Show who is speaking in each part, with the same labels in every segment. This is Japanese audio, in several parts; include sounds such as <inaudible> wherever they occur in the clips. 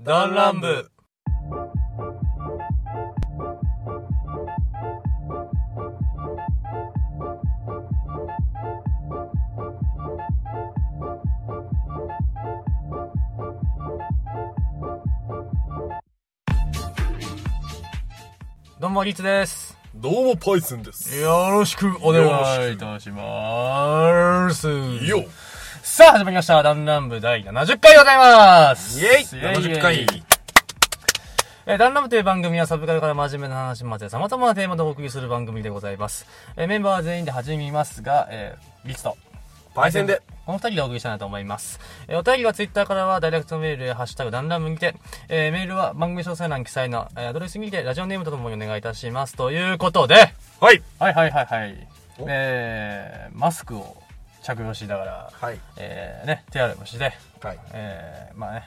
Speaker 1: ダンランブどうもリツです
Speaker 2: どうもパイセンです。
Speaker 1: よろしくお願いいたします
Speaker 2: いいよ
Speaker 1: さあ始まりましたダンランブ第70回でございます
Speaker 2: イエイ
Speaker 1: イエイ
Speaker 2: !70 回
Speaker 1: えー、ダンラムという番組はサブカルから真面目な話まで様々なテーマでお送りする番組でございます。えー、メンバーは全員で始めますが、えー、リツと。
Speaker 2: パイセンで。
Speaker 1: この二人でお送りしたいなと思います。えー、お便りはツイッターからはダイレクトメールやハッシュタグダンラムにて、えー、メールは番組詳細欄記載の、えー、アドレスにてラジオネームとともにお願いいたします。ということで、
Speaker 2: はい。
Speaker 1: はいはいはいはい
Speaker 2: お。
Speaker 1: えー、マスクを着用しながら、
Speaker 2: はい。
Speaker 1: えー、ね、手洗いもして、
Speaker 2: はい。
Speaker 1: えー、まあね、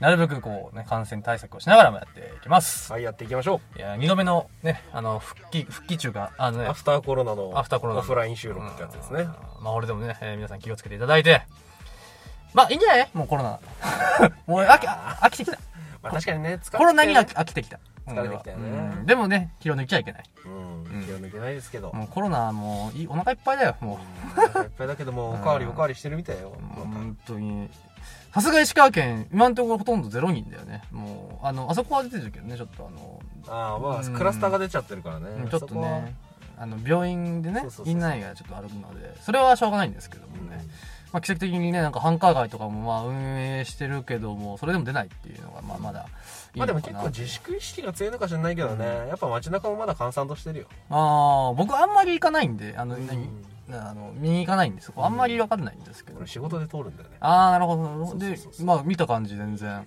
Speaker 1: なるべくこうね、感染対策をしながらもやっていきます。
Speaker 2: はい、やっていきましょ
Speaker 1: いや、二度目のね、あの、復帰、復帰中が、あの
Speaker 2: う。
Speaker 1: ね
Speaker 2: ア、フターコロナの
Speaker 1: アフターコロナの
Speaker 2: オフライン収録ってやつですね。
Speaker 1: まあ俺でもね、えー皆さん気をつけていただいて、まあいいんじゃないもうコロナ。 <laughs> もう飽き、飽きてきた。
Speaker 2: まあ確かにね、疲れてきて
Speaker 1: コロナに飽き飽きてきた。
Speaker 2: 疲れてきたよね
Speaker 1: 俺はうんでもね、気を抜きちゃいけない。
Speaker 2: うん。気を抜けないですけど。
Speaker 1: もうコロナもういい、お腹いっぱいだよ、も
Speaker 2: お腹いっぱいだけども、おかわりおかわりしてるみたいよ。
Speaker 1: う。本当に。さすが石川県、今のところほとんどゼロ人だよね。もう、あの、あそこは出てるけどね、ちょっとあの、
Speaker 2: ああ、まあ、
Speaker 1: うん
Speaker 2: クラスターが出ちゃってるからね。
Speaker 1: ちょっと
Speaker 2: そこは
Speaker 1: ね、あの、病院でね
Speaker 2: そうそうそう、そう
Speaker 1: 院内がちょっと歩くので、それはしょうがないんですけどもね。まあ、奇跡的にねなんか繁華街とかもまあ運営してるけどもそれでも出ないっていうのがまあまだいい
Speaker 2: ま
Speaker 1: のか
Speaker 2: あで
Speaker 1: な
Speaker 2: も結構自粛意識が強いのか知らないけどね、やっぱ街中もまだ閑散としてるよ。
Speaker 1: ああ僕あんまり行かないんであの、
Speaker 2: うん
Speaker 1: 何あの見に行かないんですあんまり分かんないんですけど、
Speaker 2: 俺仕事で通るんだよね。
Speaker 1: ああなるほどなるほど
Speaker 2: そう
Speaker 1: で
Speaker 2: そうそうそう
Speaker 1: まあ見た感じ全然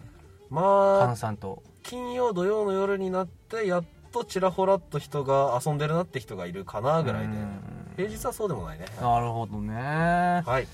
Speaker 2: ま
Speaker 1: 閑
Speaker 2: あ、
Speaker 1: 散と
Speaker 2: 金曜土曜の夜になって、やっとちらほらっと人が遊んでるなって人がいるかなぐらいで。
Speaker 1: うん
Speaker 2: 平日はそうでもないね。
Speaker 1: なるほどね
Speaker 2: はい。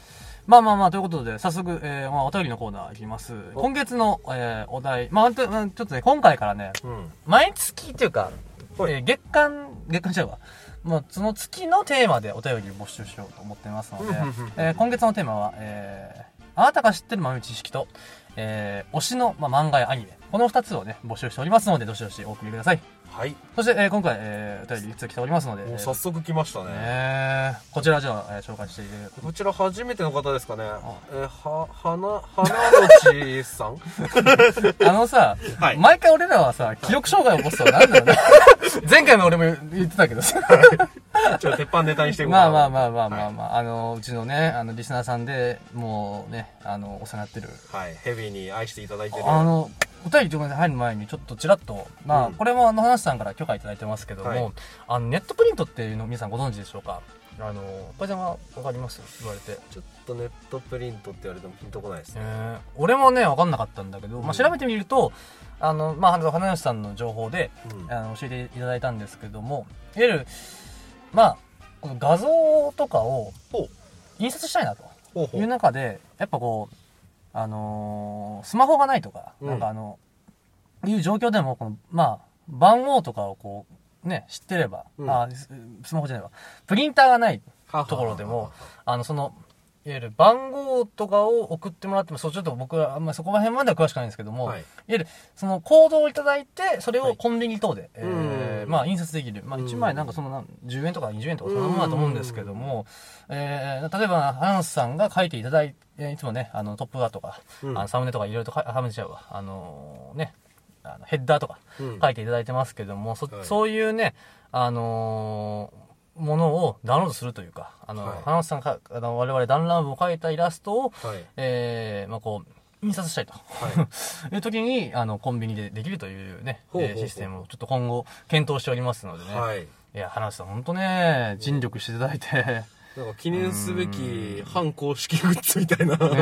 Speaker 1: まあまあまあ、ということで、早速、えー、まあ、お便りのコーナーいきます。
Speaker 2: お
Speaker 1: 今月の、えー、お題、まあ、ほんとうんちょっとね、今回からね、
Speaker 2: うん。
Speaker 1: 毎月っていうか、
Speaker 2: はい
Speaker 1: えー月間、月間ちゃうわ。まあ、その月のテーマでお便りを募集しようと思ってますので
Speaker 2: うんうんうん、
Speaker 1: えー今月のテーマは、えーあなたが知ってる豆知識と、えー推しの、まあ、漫画やアニメ、この二つをね、募集しておりますので、どしどしお送りください。
Speaker 2: はい。
Speaker 1: そして、えー今回、えーお便りいつ来ておりますので、
Speaker 2: も
Speaker 1: え
Speaker 2: う
Speaker 1: ー
Speaker 2: 早速来ましたね。
Speaker 1: えーこちらじゃあ、えー紹介していただく
Speaker 2: こちら初めての方ですかね
Speaker 1: あ。
Speaker 2: えー、は、花、花のち
Speaker 1: <laughs>
Speaker 2: さん
Speaker 1: あのさ、
Speaker 2: はい
Speaker 1: 毎回俺らはさ、記憶障害を起こすとはなんだ
Speaker 2: <laughs>
Speaker 1: ろうね。前回も俺も言ってたけどさ。
Speaker 2: ちょっと鉄板ネタにしていこう
Speaker 1: まあ
Speaker 2: かな
Speaker 1: まあまあまあまあまあ、あの、うちのね、あの、リスナーさんで、もうね、あの、お世話になってる。
Speaker 2: はい。ヘビーに愛していただいてる。
Speaker 1: あの、お便りとかに入る前にちょっとちらっと、まあ、
Speaker 2: うん
Speaker 1: これもあの、話さんから許可いただいてますけども、
Speaker 2: はい
Speaker 1: あの、ネットプリントっていうの皆さんご存知でしょうかあの、パイセンはわかります言われて。
Speaker 2: ちょっとネットプリントって言われてもピンとこないですね。
Speaker 1: えー俺もね、わかんなかったんだけど、まあ、調べてみると、あの、まあ、花吉さんの情報で、
Speaker 2: うん。
Speaker 1: あの教えていただいたんですけどもいわゆるまあこの画像とかを
Speaker 2: ほう。
Speaker 1: 印刷したいなと
Speaker 2: ほうほ
Speaker 1: いう
Speaker 2: う。
Speaker 1: 中でやっぱこうあのースマホがないとか、
Speaker 2: うん
Speaker 1: なんかあのいう状況でもこのまあ番号とかをこうね知ってれば、
Speaker 2: うん
Speaker 1: あススマホじゃないわプリンターがない
Speaker 2: と
Speaker 1: ところでも、あのそのいわゆる番号とかを送ってもらってもそうちょっと僕はあんまりそこら辺までは詳しくないんですけども、
Speaker 2: はい。
Speaker 1: いわゆるそのコードをいただいてそれ
Speaker 2: は
Speaker 1: を
Speaker 2: い
Speaker 1: コンビニ等で、えー
Speaker 2: うん
Speaker 1: まあ、印刷できる、まあ、
Speaker 2: うん
Speaker 1: 1枚なんかそのなん10円とか20円とかそんなものだと思うんですけども、えー例えばハンスさんが書いていただいていつもねあのトップ画とか、
Speaker 2: うん
Speaker 1: あのサムネとかいろいろとかサムネちゃうわあのーねあのヘッダーとか
Speaker 2: うん
Speaker 1: 書いていただいてますけども、そ
Speaker 2: はい
Speaker 1: そういうね、あのーものをダウンロードするというか、あの、
Speaker 2: はい
Speaker 1: ハンスさんが、あの我々ダンランブを描いたイラストを、
Speaker 2: はい。
Speaker 1: えーまあこう、印刷したいと。
Speaker 2: は
Speaker 1: <laughs>
Speaker 2: い。
Speaker 1: いう時にあのコンビニでできるというね
Speaker 2: ほうほうほう
Speaker 1: えーシステムをちょっと今後検討しておりますのでね、い、
Speaker 2: はい。
Speaker 1: や花さん本当ね尽力していただい
Speaker 2: <laughs>
Speaker 1: て
Speaker 2: なんか記念すべき反公式グッズみたいな、公
Speaker 1: え
Speaker 2: 式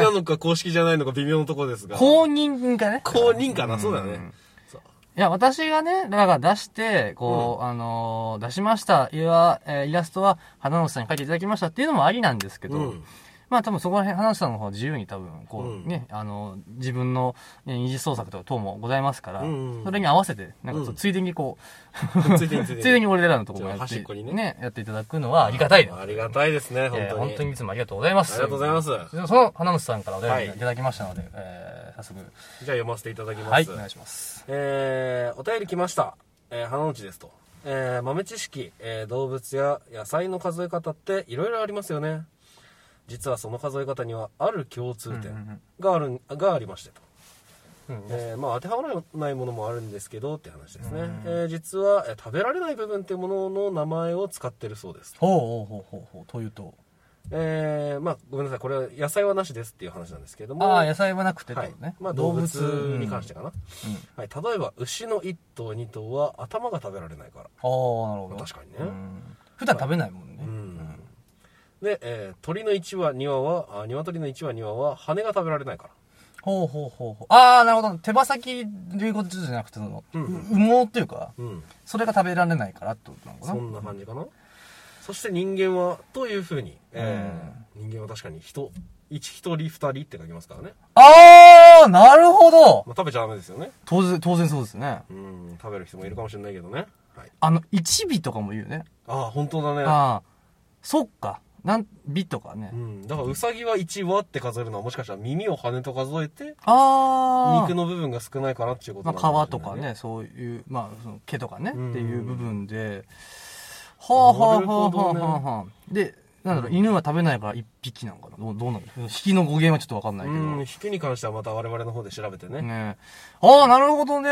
Speaker 2: なのか公式じゃないのか微妙なところですが。
Speaker 1: 公認がね
Speaker 2: 公認かなそうだよね。そう
Speaker 1: いや私がねだから出してこう、あのー出しましたいわ、えーイラストは花野さんに描いていただきましたっていうのもありなんですけど、
Speaker 2: うん。
Speaker 1: まあ多分そこら辺、花さんの方は自由に多分、こう、
Speaker 2: うん
Speaker 1: ね、あの、自分のね二次創作とか等もございますから、
Speaker 2: うんうん
Speaker 1: それに合わせて、なんかそう
Speaker 2: うん
Speaker 1: ついでにこ、
Speaker 2: <laughs> ついでについうでに
Speaker 1: ついでに俺らのとこもやっ
Speaker 2: じゃあ
Speaker 1: て、
Speaker 2: 端っこにね
Speaker 1: やっていただくのはありがたいです。
Speaker 2: ありがたいですね本
Speaker 1: えー
Speaker 2: 当に,、
Speaker 1: 本当にいつもありがとうございます。
Speaker 2: ありがとうございますじゃあ
Speaker 1: その花虫さんからお便
Speaker 2: はい
Speaker 1: りいただきましたので、えー早速、
Speaker 2: 読ませていただきます、
Speaker 1: はい、お願いします。
Speaker 2: えーお便り来ました、えー、花内ですと、えー豆知識、えー動物や野菜の数え方っていろいろありますよね実はその数え方にはある共通
Speaker 1: うんうんう
Speaker 2: 点
Speaker 1: ん
Speaker 2: がある、がありましてと、
Speaker 1: うん
Speaker 2: えーまあ、当てはまらないものもあるんですけどって話ですね、
Speaker 1: うん
Speaker 2: えー実は、えー食べられない部分っていうものの名前を使ってるそうです、
Speaker 1: ほうほうほうほうほう、というと。
Speaker 2: えーまあ、ごめんなさいこれは野菜はなしですっていう話なんですけども
Speaker 1: ああ、野菜はなくてって
Speaker 2: は
Speaker 1: こ
Speaker 2: い
Speaker 1: とね。
Speaker 2: まあ、動物に関して
Speaker 1: か。
Speaker 2: かな、
Speaker 1: うんうん
Speaker 2: はい、例えば牛の1頭2頭は頭が食べられないか
Speaker 1: ああ、
Speaker 2: ら
Speaker 1: なるほど。
Speaker 2: 確かにね
Speaker 1: うん普段食べないもんね。
Speaker 2: うんで、えー鳥の1羽2羽はあ鶏の1羽2羽は羽が食べられないから
Speaker 1: ほうほうほうほう。ああ、なるほど。手羽先ということじゃなくて、その、
Speaker 2: うん
Speaker 1: 羽毛っていうか、
Speaker 2: うん
Speaker 1: それが食べられないからってことなのかな。
Speaker 2: そんな感じかな、そして人間はというふうに、えー人間は確かに人一一人二人って書きますからね、
Speaker 1: ああ、なるほど
Speaker 2: まあ、食べちゃダメですよね
Speaker 1: 当然、当然そうですね。
Speaker 2: うん食べる人もいるかもしれないけどね、はい、
Speaker 1: あの、一尾とかも言うね。
Speaker 2: ああ本当だね
Speaker 1: ああ、そっか。なん、尾とかね
Speaker 2: う。ん、だからウサギは1羽って数えるのはもしかしたら耳を羽と数えて
Speaker 1: ああ。
Speaker 2: 肉の部分が少ないかなっていうこ
Speaker 1: ま
Speaker 2: とな
Speaker 1: あ、
Speaker 2: のも
Speaker 1: 皮
Speaker 2: し
Speaker 1: と
Speaker 2: れない
Speaker 1: かね、そういう、まあ、その毛とかね、
Speaker 2: うん
Speaker 1: っていう部分で、はあはあはあはあ
Speaker 2: なる
Speaker 1: はあはあ、で、なんだろう、犬は食べないから一匹なのかなどうどうなの引きの語源はちょっとわかんないけど。
Speaker 2: うん引きに関してはまた我々の方で調べてね、
Speaker 1: ねああ、なるほどね。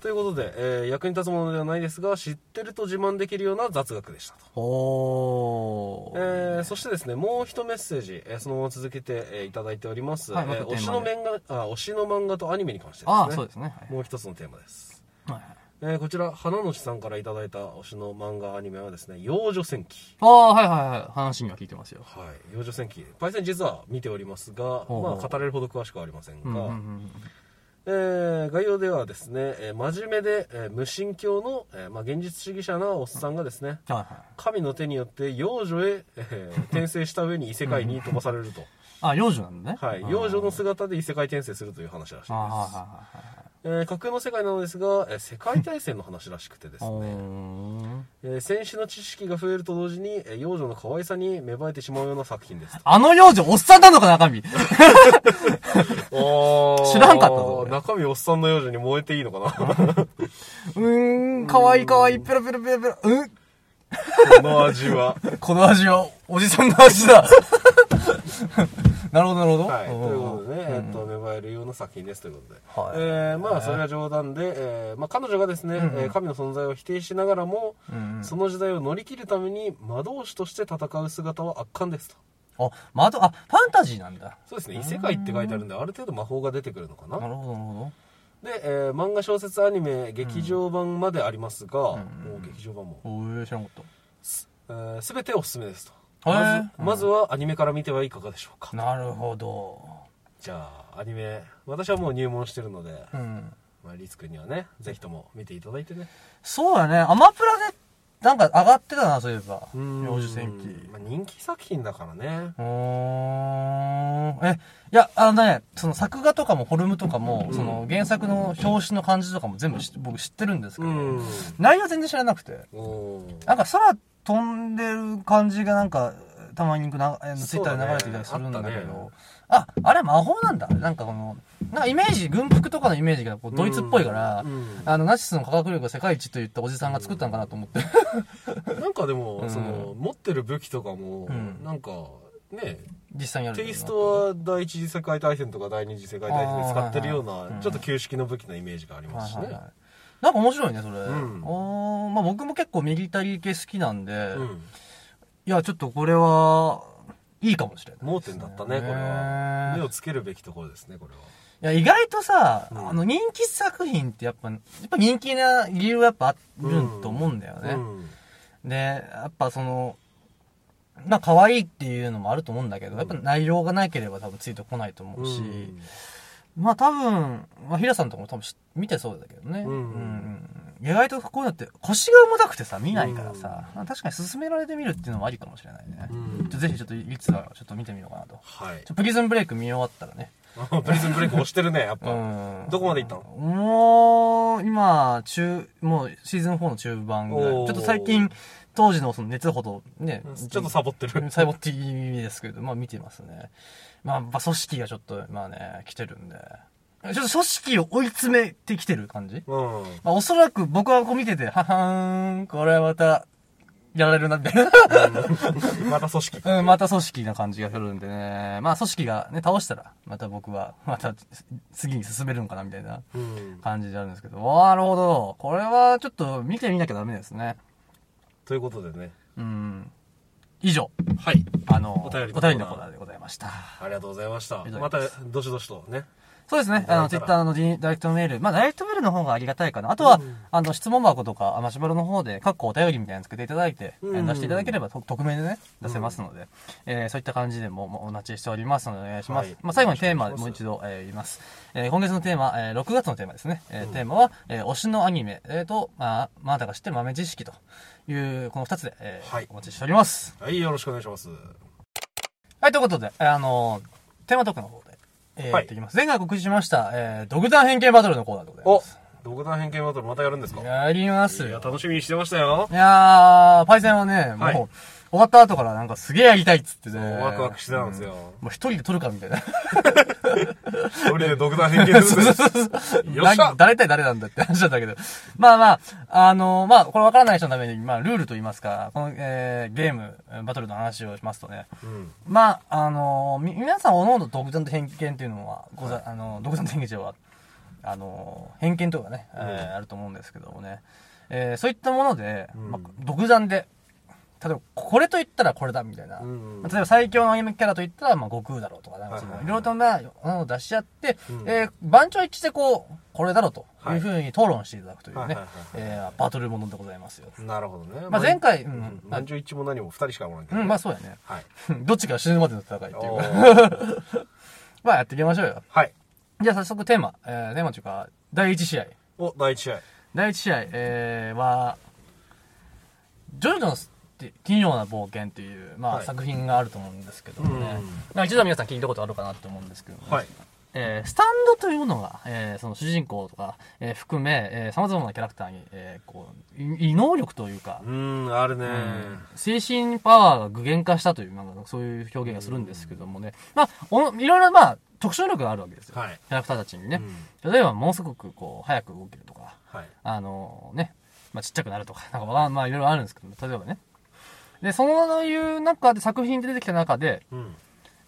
Speaker 2: ということで、えー役に立つものではないですが知ってると自慢できるような雑学でしたと、
Speaker 1: お
Speaker 2: え
Speaker 1: ー。
Speaker 2: ーそしてですねもう一メッセージ、えーそのまま続けて、えーいただいております、
Speaker 1: はいまた
Speaker 2: えー
Speaker 1: テ
Speaker 2: 推し
Speaker 1: ーマ
Speaker 2: の
Speaker 1: で
Speaker 2: 漫画あ推しの漫画とアニメに関してですね
Speaker 1: ああ、そうですね。はい
Speaker 2: もう一つのテーマです、
Speaker 1: はいはい
Speaker 2: えーこちら花のちさんからいただいた推しの漫画アニメはですね幼女戦記
Speaker 1: ああ、はいはいはい。話には聞いてますよ。
Speaker 2: はい、幼女戦記パイセン実は見ておりますが、
Speaker 1: ほうほう
Speaker 2: まあ、語れるほど詳しくはありませんが、
Speaker 1: うんうんうん
Speaker 2: えー概要ではですね、えー真面目で、えー無神教の、えーまあ、現実主義者なおっさんがですね
Speaker 1: はいはい。
Speaker 2: 神の手によって幼女へ、えー転生した上に異世界に飛ばされる
Speaker 1: <laughs>
Speaker 2: と、
Speaker 1: あ、幼女なんだね。
Speaker 2: はい、
Speaker 1: あー
Speaker 2: 幼女の姿で異世界転生するという話らしい
Speaker 1: あーはい
Speaker 2: で
Speaker 1: はいはいはい。
Speaker 2: す、えー架空の世界なのですが、えー世界大戦の話らしくてです
Speaker 1: <laughs> お
Speaker 2: ね、
Speaker 1: ー
Speaker 2: えー戦士の知識が増えると同時に、えー幼女の可愛さに芽生えてしまうような作品です
Speaker 1: あの幼女、おっさんなのか中身。知らんかったぞ俺
Speaker 2: <laughs> 中身おっさんの幼女に燃えていいの
Speaker 1: <laughs>
Speaker 2: かな
Speaker 1: うーん、かわいいかわいい、ペロペロペロペロ、うん、
Speaker 2: この味は
Speaker 1: この味は、おじさんの味だ。 <laughs> なるほど、なるほど。
Speaker 2: はい、と
Speaker 1: うん
Speaker 2: いうことでね、えっと、芽生えるような作品ですということで、
Speaker 1: はい
Speaker 2: えーまあそれは冗談で、えーまあ、彼女がですね、
Speaker 1: うんうん
Speaker 2: えー神の存在を否定しながらも、
Speaker 1: うんうん
Speaker 2: その時代を乗り切るために魔導士として戦う姿は圧巻ですと
Speaker 1: あ、窓、あ、ファンタジーなんだ。
Speaker 2: そうですね異世界って書いてあるんである程度魔法が出てくるのかな
Speaker 1: なるほど、なるほ
Speaker 2: で、えー漫画小説アニメ劇場版までありますが、もう劇場版も、
Speaker 1: ど。おえ、知らんかっ
Speaker 2: えー全ておすすめですと
Speaker 1: へ
Speaker 2: ま
Speaker 1: ー
Speaker 2: ずまずはアニメから見てはいかがでしょうか
Speaker 1: た。なるほど。
Speaker 2: じゃあアニメ私はもう入門してるので、
Speaker 1: うん。
Speaker 2: まあ、リツくんにはねぜひとも見ていただいてね
Speaker 1: そうだね、アマプラで、なんか上がってたな、そういえば。
Speaker 2: うん
Speaker 1: 幼女戦記。
Speaker 2: まあ、人気作品だからね
Speaker 1: うーん。え、いや、あのね、その作画とかもフォルムとかも、その原作の表紙の感じとかも全部知僕知ってるんですけ
Speaker 2: う
Speaker 1: ど、
Speaker 2: ん
Speaker 1: 内容全然知らなくて。
Speaker 2: おー
Speaker 1: なんか空飛んでる感じがなんか、たまになあのツイ
Speaker 2: そ
Speaker 1: ッ
Speaker 2: う
Speaker 1: ター
Speaker 2: だ
Speaker 1: で流れ
Speaker 2: ね
Speaker 1: てきたりするんだけ
Speaker 2: あった
Speaker 1: ど
Speaker 2: ね、
Speaker 1: あ,、あれは魔法なんだ。なんかこの、なんかイメージ、軍服とかのイメージがこうドイツっぽいから、
Speaker 2: うん
Speaker 1: あの、ナチスの科学力が世界一と言ったおじさんが作ったのかなと思って。
Speaker 2: なんかでも、
Speaker 1: うん
Speaker 2: その持ってる武器とかも、
Speaker 1: うん
Speaker 2: なんかね
Speaker 1: 実際にやるよ
Speaker 2: テ
Speaker 1: う
Speaker 2: イ
Speaker 1: になっ
Speaker 2: ス
Speaker 1: た
Speaker 2: トは第一次世界大戦とか第二次世界大戦で使ってるよう
Speaker 1: あーはいはいは
Speaker 2: ないちょっと旧式の武器のイメージがありま
Speaker 1: は
Speaker 2: すし
Speaker 1: い
Speaker 2: ね、
Speaker 1: はいはい。なんか面白いね、それ。
Speaker 2: ん
Speaker 1: おーまあ僕も結構ミリタリー系好きなんで、
Speaker 2: うん、
Speaker 1: いや、ちょっとこれは、いいかもしれない。
Speaker 2: 盲点だったねこれは目をつけるべきところですねこれはい
Speaker 1: や、意外とさ、
Speaker 2: うん
Speaker 1: あの、人気作品ってやっぱ、やっぱ人気な理由はやっぱあると思うんだよね。
Speaker 2: うん
Speaker 1: で、やっぱその、まあ、可愛いっていうのもあると思うんだけど、やっぱ内容がなければ多分ついてこないと思うし、まあ多分、まあ、平さんとかも多分し見てそうだけどね。
Speaker 2: うん
Speaker 1: うん意外とこういうのって腰が重たくてさ、見ないからさ、確かに進められてみるっていうのもありかもしれないね。
Speaker 2: うん
Speaker 1: ちょぜひちょっと、いつはちょっと見てみようかなと。
Speaker 2: はい
Speaker 1: ちょプリズンブレイク見終わったらね。
Speaker 2: あプリズンブレイク押してるねやっぱ、
Speaker 1: うん。
Speaker 2: どこまで行ったの
Speaker 1: もう、今、中、もうシーズン4の中盤ぐらい。ちょ
Speaker 2: お
Speaker 1: っ
Speaker 2: ー
Speaker 1: と最近、当時のその熱ほどね、
Speaker 2: ちょっとサボって
Speaker 1: <laughs>
Speaker 2: る
Speaker 1: サイボっていい意味ですけど、まあ見てますね。まあ、まあ組織がちょっと、まあね、来てるんで。ちょっと組織を追い詰めてきてる感じ
Speaker 2: うん
Speaker 1: まあおそらく僕はこう見てて、ははーん、これはまた、やられるな、みたいな。 <laughs>
Speaker 2: <laughs> また組織
Speaker 1: うん、また組織な感じがするんでね。まあ組織がね、倒したら、また僕は、また次に進めるのかな、みたいな
Speaker 2: うん
Speaker 1: 感じになるんですけど。わあなるほど。これはちょっと見てみなきゃダメですね。
Speaker 2: ということでね
Speaker 1: うん。以上、
Speaker 2: はい
Speaker 1: あの、
Speaker 2: お便りのコーナー
Speaker 1: のコーナーでございました。
Speaker 2: ありがとうございました
Speaker 1: りがとうご
Speaker 2: ま
Speaker 1: ざ
Speaker 2: た
Speaker 1: い
Speaker 2: どしどしとね
Speaker 1: そうですね。
Speaker 2: た
Speaker 1: あの、
Speaker 2: だい
Speaker 1: ツ
Speaker 2: た
Speaker 1: イ
Speaker 2: ら
Speaker 1: ッターのディダイレクトメール。まあ、ダイレクトメールの方がありがたいかな。あとは、あの、質問箱とか、あマシュマロの方で、かっこお便りみたいなのつけていただいて、え
Speaker 2: う
Speaker 1: ー
Speaker 2: ん
Speaker 1: 出していただければ、と匿名でね、出せますので、えーそういった感じでももうお待ちしておりますので、お願いします。
Speaker 2: はい
Speaker 1: まあ、最後にテーマ、
Speaker 2: お願いします
Speaker 1: もう一度、えー言います。えー今月のテーマ、えー6月のテーマですね。えーテーマは、えー推しのアニメ、えーと、まあ、まだが知ってる豆知識という、この2つで、えー
Speaker 2: はい
Speaker 1: お待ちしております。
Speaker 2: はいよろしくお願いします
Speaker 1: はい、ということで、えーあのーテーマトークの方で、えー
Speaker 2: はい
Speaker 1: やっていきます。前回告知しました、えー、独断偏見バトルのコーナーでございま
Speaker 2: お
Speaker 1: す。
Speaker 2: 独断偏見バトルまたやるんですか
Speaker 1: やります
Speaker 2: いや
Speaker 1: よ。
Speaker 2: 楽しみにしてましたよ
Speaker 1: いやー、パイセンはね、もう、
Speaker 2: はい
Speaker 1: 終わった後からなんかすげえやりたいっつってね。
Speaker 2: ワクワクしてたんです
Speaker 1: う
Speaker 2: よ
Speaker 1: もう一人で撮るかみたいな。
Speaker 2: 一人で独断偏見するん
Speaker 1: <laughs>
Speaker 2: ですよっしゃ
Speaker 1: な誰対誰なんだって話なんだけど。まあまあ、あのーまあ、これわからない人のために、まあ、ルールと言いますか、この、えー、ゲーム、バトルの話をしますとね。
Speaker 2: うん
Speaker 1: まあ、あのーみ、皆さん、おのおの独断と偏見っていうのは、ござ、あのー独断と偏見は、あのー偏見とかね、えーあると思うんですけどもね。えーそういったもので、
Speaker 2: ん
Speaker 1: まあ、独断で、例えば、これと言ったらこれだ、みたいな。
Speaker 2: うん
Speaker 1: 例えば、最強のアニメキャラと言ったら、まあ、悟空だろうとか、なんかその、
Speaker 2: はいいはいはい
Speaker 1: ろいろとな、ものを出し合って、
Speaker 2: うん
Speaker 1: えー番長一致でこう、これだろうと
Speaker 2: はいいう
Speaker 1: ふうに討論していただくというね、
Speaker 2: はいはいはい
Speaker 1: えーバトルものでございますよ。
Speaker 2: なるほどね
Speaker 1: まあ、前回、う
Speaker 2: うんん、何十一も何も二人しかおらんけ
Speaker 1: う
Speaker 2: ど
Speaker 1: ん、まあ、そうやね。
Speaker 2: はい
Speaker 1: どっちが死ぬまでの戦いっていう
Speaker 2: お
Speaker 1: か。
Speaker 2: ー
Speaker 1: <laughs> まあ、やっていきましょうよ。
Speaker 2: はい
Speaker 1: じゃあ早速テーマ、えー、テーマというか、第1試合。
Speaker 2: お第一試合
Speaker 1: 第1試合、えー、は、ジョジョのって奇妙な冒険っていう、まあ、
Speaker 2: はい
Speaker 1: 作品があると思うんですけどもね
Speaker 2: うん。
Speaker 1: まあ一度は皆さん聞いたことあるかなと思うんですけども、
Speaker 2: はい
Speaker 1: えースタンドというのが、えーその主人公とか、えー含め、えー、様々なキャラクターに、えーこう、い異能力というか
Speaker 2: う、ーんあるね
Speaker 1: 精神パワーが具現化したという、なんかそういう表現がするんですけどもね。まあ、おのいろいろまあ、特殊能力があるわけですよ。
Speaker 2: はい
Speaker 1: キャラクターたちに
Speaker 2: う
Speaker 1: ね。
Speaker 2: ん
Speaker 1: 例えば、ものすごくこう、早く動けるとか、
Speaker 2: はい
Speaker 1: あのね、まあ、ちっちゃくなるとか、 <laughs> なんかわかんまあ、いろいろあるんですけど、例えばね。で、そのいう中で、作品で出てきた中で、
Speaker 2: うん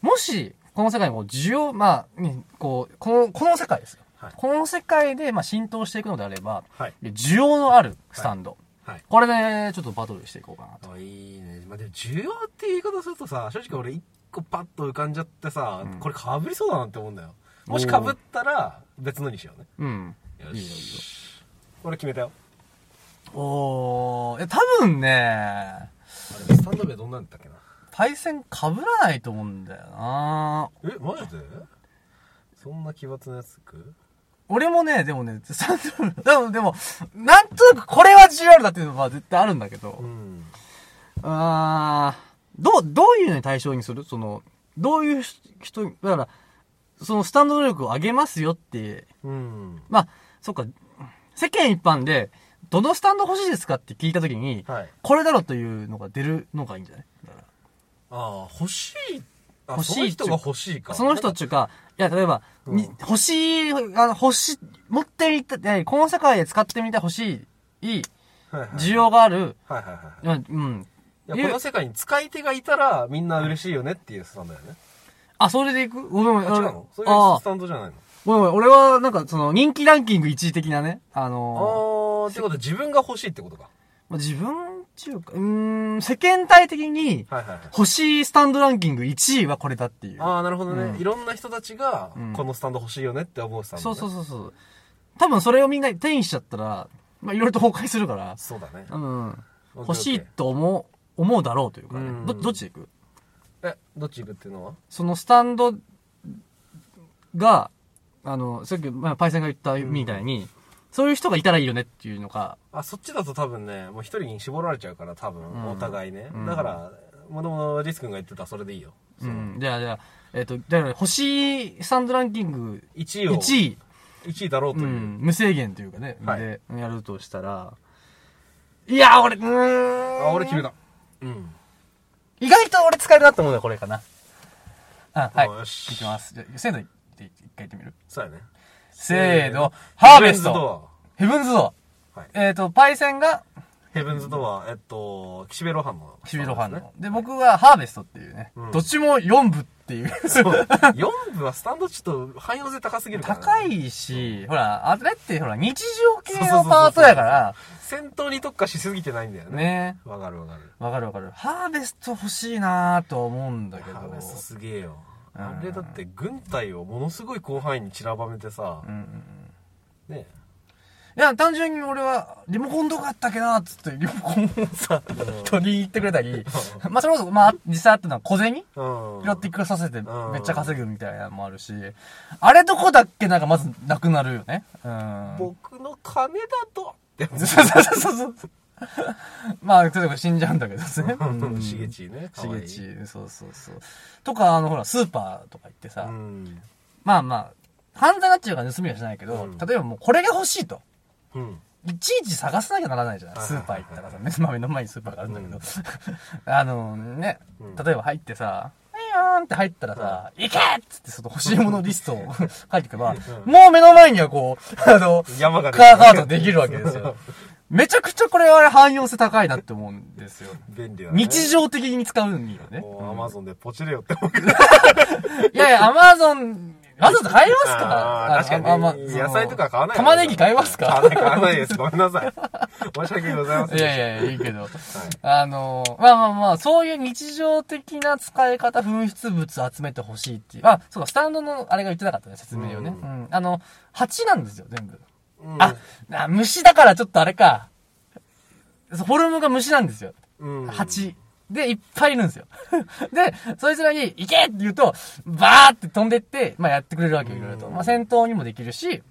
Speaker 1: もし、この世界にこう、需要、まあ、ねこう、この、この世界ですよ。
Speaker 2: はい
Speaker 1: この世界で、まあ、浸透していくのであれば、
Speaker 2: はい
Speaker 1: で需要のあるスタンド。
Speaker 2: はい
Speaker 1: これで、ちょっとバトルしていこうかなと。
Speaker 2: あいいねまあでも需要って言い方するとさ正直俺一個パッと浮かんじゃってさ、
Speaker 1: うん
Speaker 2: これかぶりそうだなって思うんだよもしかぶったら別のにしようね
Speaker 1: うん。
Speaker 2: よ
Speaker 1: いいよいいよ
Speaker 2: し俺決めたよ
Speaker 1: おー、え、多分ね、
Speaker 2: あれスタンド名どんなんだったっけな
Speaker 1: パイセン被らないと思うんだよな
Speaker 2: えマジでそんな奇抜なやつく
Speaker 1: 俺もね、でもね、 <laughs> サンドル、多分でも、なんとなくこれは GR だっていうのは絶対あるんだけど、
Speaker 2: うん
Speaker 1: あー、どう、どういうのに対象にするその、どういう人、だから、そのスタンド能力を上げますよって、
Speaker 2: うん
Speaker 1: まあ、そっか、世間一般で、どのスタンド欲しいですかって聞いたときに、
Speaker 2: はい
Speaker 1: これだろというのが出るのがいいんじゃないだから
Speaker 2: ああ欲しいあ
Speaker 1: 欲しい
Speaker 2: その人が欲しいか
Speaker 1: その人っていうか、いや、例えば、
Speaker 2: うん
Speaker 1: に欲しい、あの、欲しい、持ってみたい、この世界で使ってみたい欲しい、いい、
Speaker 2: はいはい
Speaker 1: 需要がある、
Speaker 2: はいはいはい
Speaker 1: まあうん。
Speaker 2: はいいやこの世界に使い手がいたらみんな嬉しいよねっていうスタンドだよね
Speaker 1: あ、それでいくごめんごめん。
Speaker 2: あ違うのそういう
Speaker 1: あ
Speaker 2: スタンドじゃないの
Speaker 1: ごめんごめん。俺は、なんか、その、人気ランキング1位的なね、あの
Speaker 2: ああってことは自分が欲しいってことか
Speaker 1: ーまあ自分っていうか、うーん、世間体的に、
Speaker 2: はいはいはい
Speaker 1: 欲しいスタンドランキング1位はこれだっていう。
Speaker 2: ああなるほどね、
Speaker 1: うん
Speaker 2: いろんな人たちが
Speaker 1: うん
Speaker 2: このスタンド欲しいよねって思うスタンド、
Speaker 1: そう
Speaker 2: ね
Speaker 1: そうそうそう。多分それをみんなに転移しちゃったら、まあ、いろいろと崩壊するから、
Speaker 2: そうだね
Speaker 1: うん。
Speaker 2: オッケー
Speaker 1: 欲し
Speaker 2: オ
Speaker 1: い
Speaker 2: ッケ
Speaker 1: と思う、思うだろうというか
Speaker 2: う
Speaker 1: ね。
Speaker 2: ん
Speaker 1: ど、どっちでいく
Speaker 2: ーえどっち行くっていうのは
Speaker 1: そのスタンドが、あの、さっき、まあ、パイセンが言ったみたいに、そういう人がいたらいいよねっていうのが、
Speaker 2: あ、そっちだと多分ね、もう一人に絞られちゃうから、多分、
Speaker 1: ん
Speaker 2: お互いね。
Speaker 1: うん
Speaker 2: だから、もともとリス君が言ってた、それでいいよ。
Speaker 1: うん。じゃあ、じゃあ、えっ、と、だから、星サンドランキング
Speaker 2: 1位を、
Speaker 1: 1位、
Speaker 2: 1位だろうと
Speaker 1: う
Speaker 2: いう。
Speaker 1: ん、無制限というかね、
Speaker 2: はい
Speaker 1: で、やるとしたら、いやー、俺、うーん。
Speaker 2: あ、俺決めた。うん。
Speaker 1: 意外と俺使えるなと思うのはこれかな。あ、はい。
Speaker 2: よし
Speaker 1: いきます。じゃあ、せーの、い一回言ってみる
Speaker 2: そうやね。
Speaker 1: せーの、ハーベス
Speaker 2: ヘブンズ
Speaker 1: ト
Speaker 2: ド
Speaker 1: ヘブンズド
Speaker 2: ア。はい。
Speaker 1: えっ、と、パイセンが、
Speaker 2: ヘブンズドア、えっと、岸辺露伴の。
Speaker 1: シビロハン
Speaker 2: ね
Speaker 1: の。で、僕がハーベストっていうね。
Speaker 2: うん
Speaker 1: どっちも4部っていう。
Speaker 2: <laughs> 4部はスタンドちょっと汎用性高すぎるから、
Speaker 1: 高
Speaker 2: い。
Speaker 1: いし、ほら、あれってほら、日常系のパートやから、
Speaker 2: 戦闘に特化しすぎてないんだよね。
Speaker 1: ね。
Speaker 2: わかるわかる。
Speaker 1: わかるわかる。ハーベスト欲しいなぁとは思うんだけど。
Speaker 2: ハーベストすげえよ。
Speaker 1: うん
Speaker 2: あれだって軍隊をものすごい広範囲に散らばめてさ
Speaker 1: う、んうんうん。
Speaker 2: ね
Speaker 1: いや、単純に俺は、リモコンどこあったっけなっつって、リモコンをさ、取りに行ってくれたり、まあ、それこそ、まあ、実際あったのは小銭
Speaker 2: うん。
Speaker 1: 拾ってくれさせて、
Speaker 2: ん
Speaker 1: めっちゃ稼ぐみたいなのもあるし、あれどこだっけなんかまずなくなるよね。うん。
Speaker 2: 僕の金だとって
Speaker 1: そうそうそうそうそう。まあ、例えば死んじゃうんだけどね。うん
Speaker 2: しげ。
Speaker 1: <laughs>
Speaker 2: ちね。
Speaker 1: し
Speaker 2: かわ
Speaker 1: げ
Speaker 2: いい
Speaker 1: ち。、そうそうそう。とか、あの、ほら、スーパーとか行ってさ、
Speaker 2: うん。
Speaker 1: まあまあ、犯罪になっちゃうから盗みはしないけど、
Speaker 2: うん
Speaker 1: 例えばもうこれが欲しいと。
Speaker 2: うん。
Speaker 1: いちいち探さなきゃならないじゃない
Speaker 2: はい
Speaker 1: ス
Speaker 2: はい
Speaker 1: ー
Speaker 2: は
Speaker 1: パ
Speaker 2: い
Speaker 1: ー行ったらさ、 <laughs> 目まあ目の前にスーパーがあるんだけど。 <laughs> あのね
Speaker 2: うん、
Speaker 1: 例えば入ってさ、えよーんって入ったらさ、行けっつってその欲しいものリストを <laughs> 書いていけば、
Speaker 2: うん
Speaker 1: もう目の前にはこう、 <laughs> あの、
Speaker 2: 山が出て
Speaker 1: カ
Speaker 2: く
Speaker 1: ー
Speaker 2: る
Speaker 1: カードできるわけですよ。めちゃくちゃこれは汎用性高いなって思うんですよ。
Speaker 2: <laughs> 便利だね。
Speaker 1: 日常的に使うにはね。
Speaker 2: もうアマゾンでポチれよって思うけど。
Speaker 1: いやいや、アマゾン、わざわざ買います
Speaker 2: あ
Speaker 1: か
Speaker 2: ー確かにね
Speaker 1: あまあその
Speaker 2: 野菜とか買わないよ
Speaker 1: 玉ねぎ買います
Speaker 2: 買
Speaker 1: か
Speaker 2: わない、買わないです。ごめんなさい。申し訳ございません。
Speaker 1: いやいやいや、いいけど。あの、まあまあまあ、そういう日常的な使い方、紛失物集めてほしいっていう。あ、そうか、スタンドのあれが言ってなかったね、説明をね。
Speaker 2: う
Speaker 1: うん。あの、蜂なんですよ、全部。
Speaker 2: うん
Speaker 1: あ、あ虫だからちょっとあれか。そうフォルムが虫なんですよ。
Speaker 2: うん
Speaker 1: 蜂。で、いっぱいいるんですよ。 <laughs> で、そいつらに、行けって言うと、バーって飛んでって、まあやってくれるわけよ、いろいろと。
Speaker 2: うん
Speaker 1: まあ戦闘にもできるし、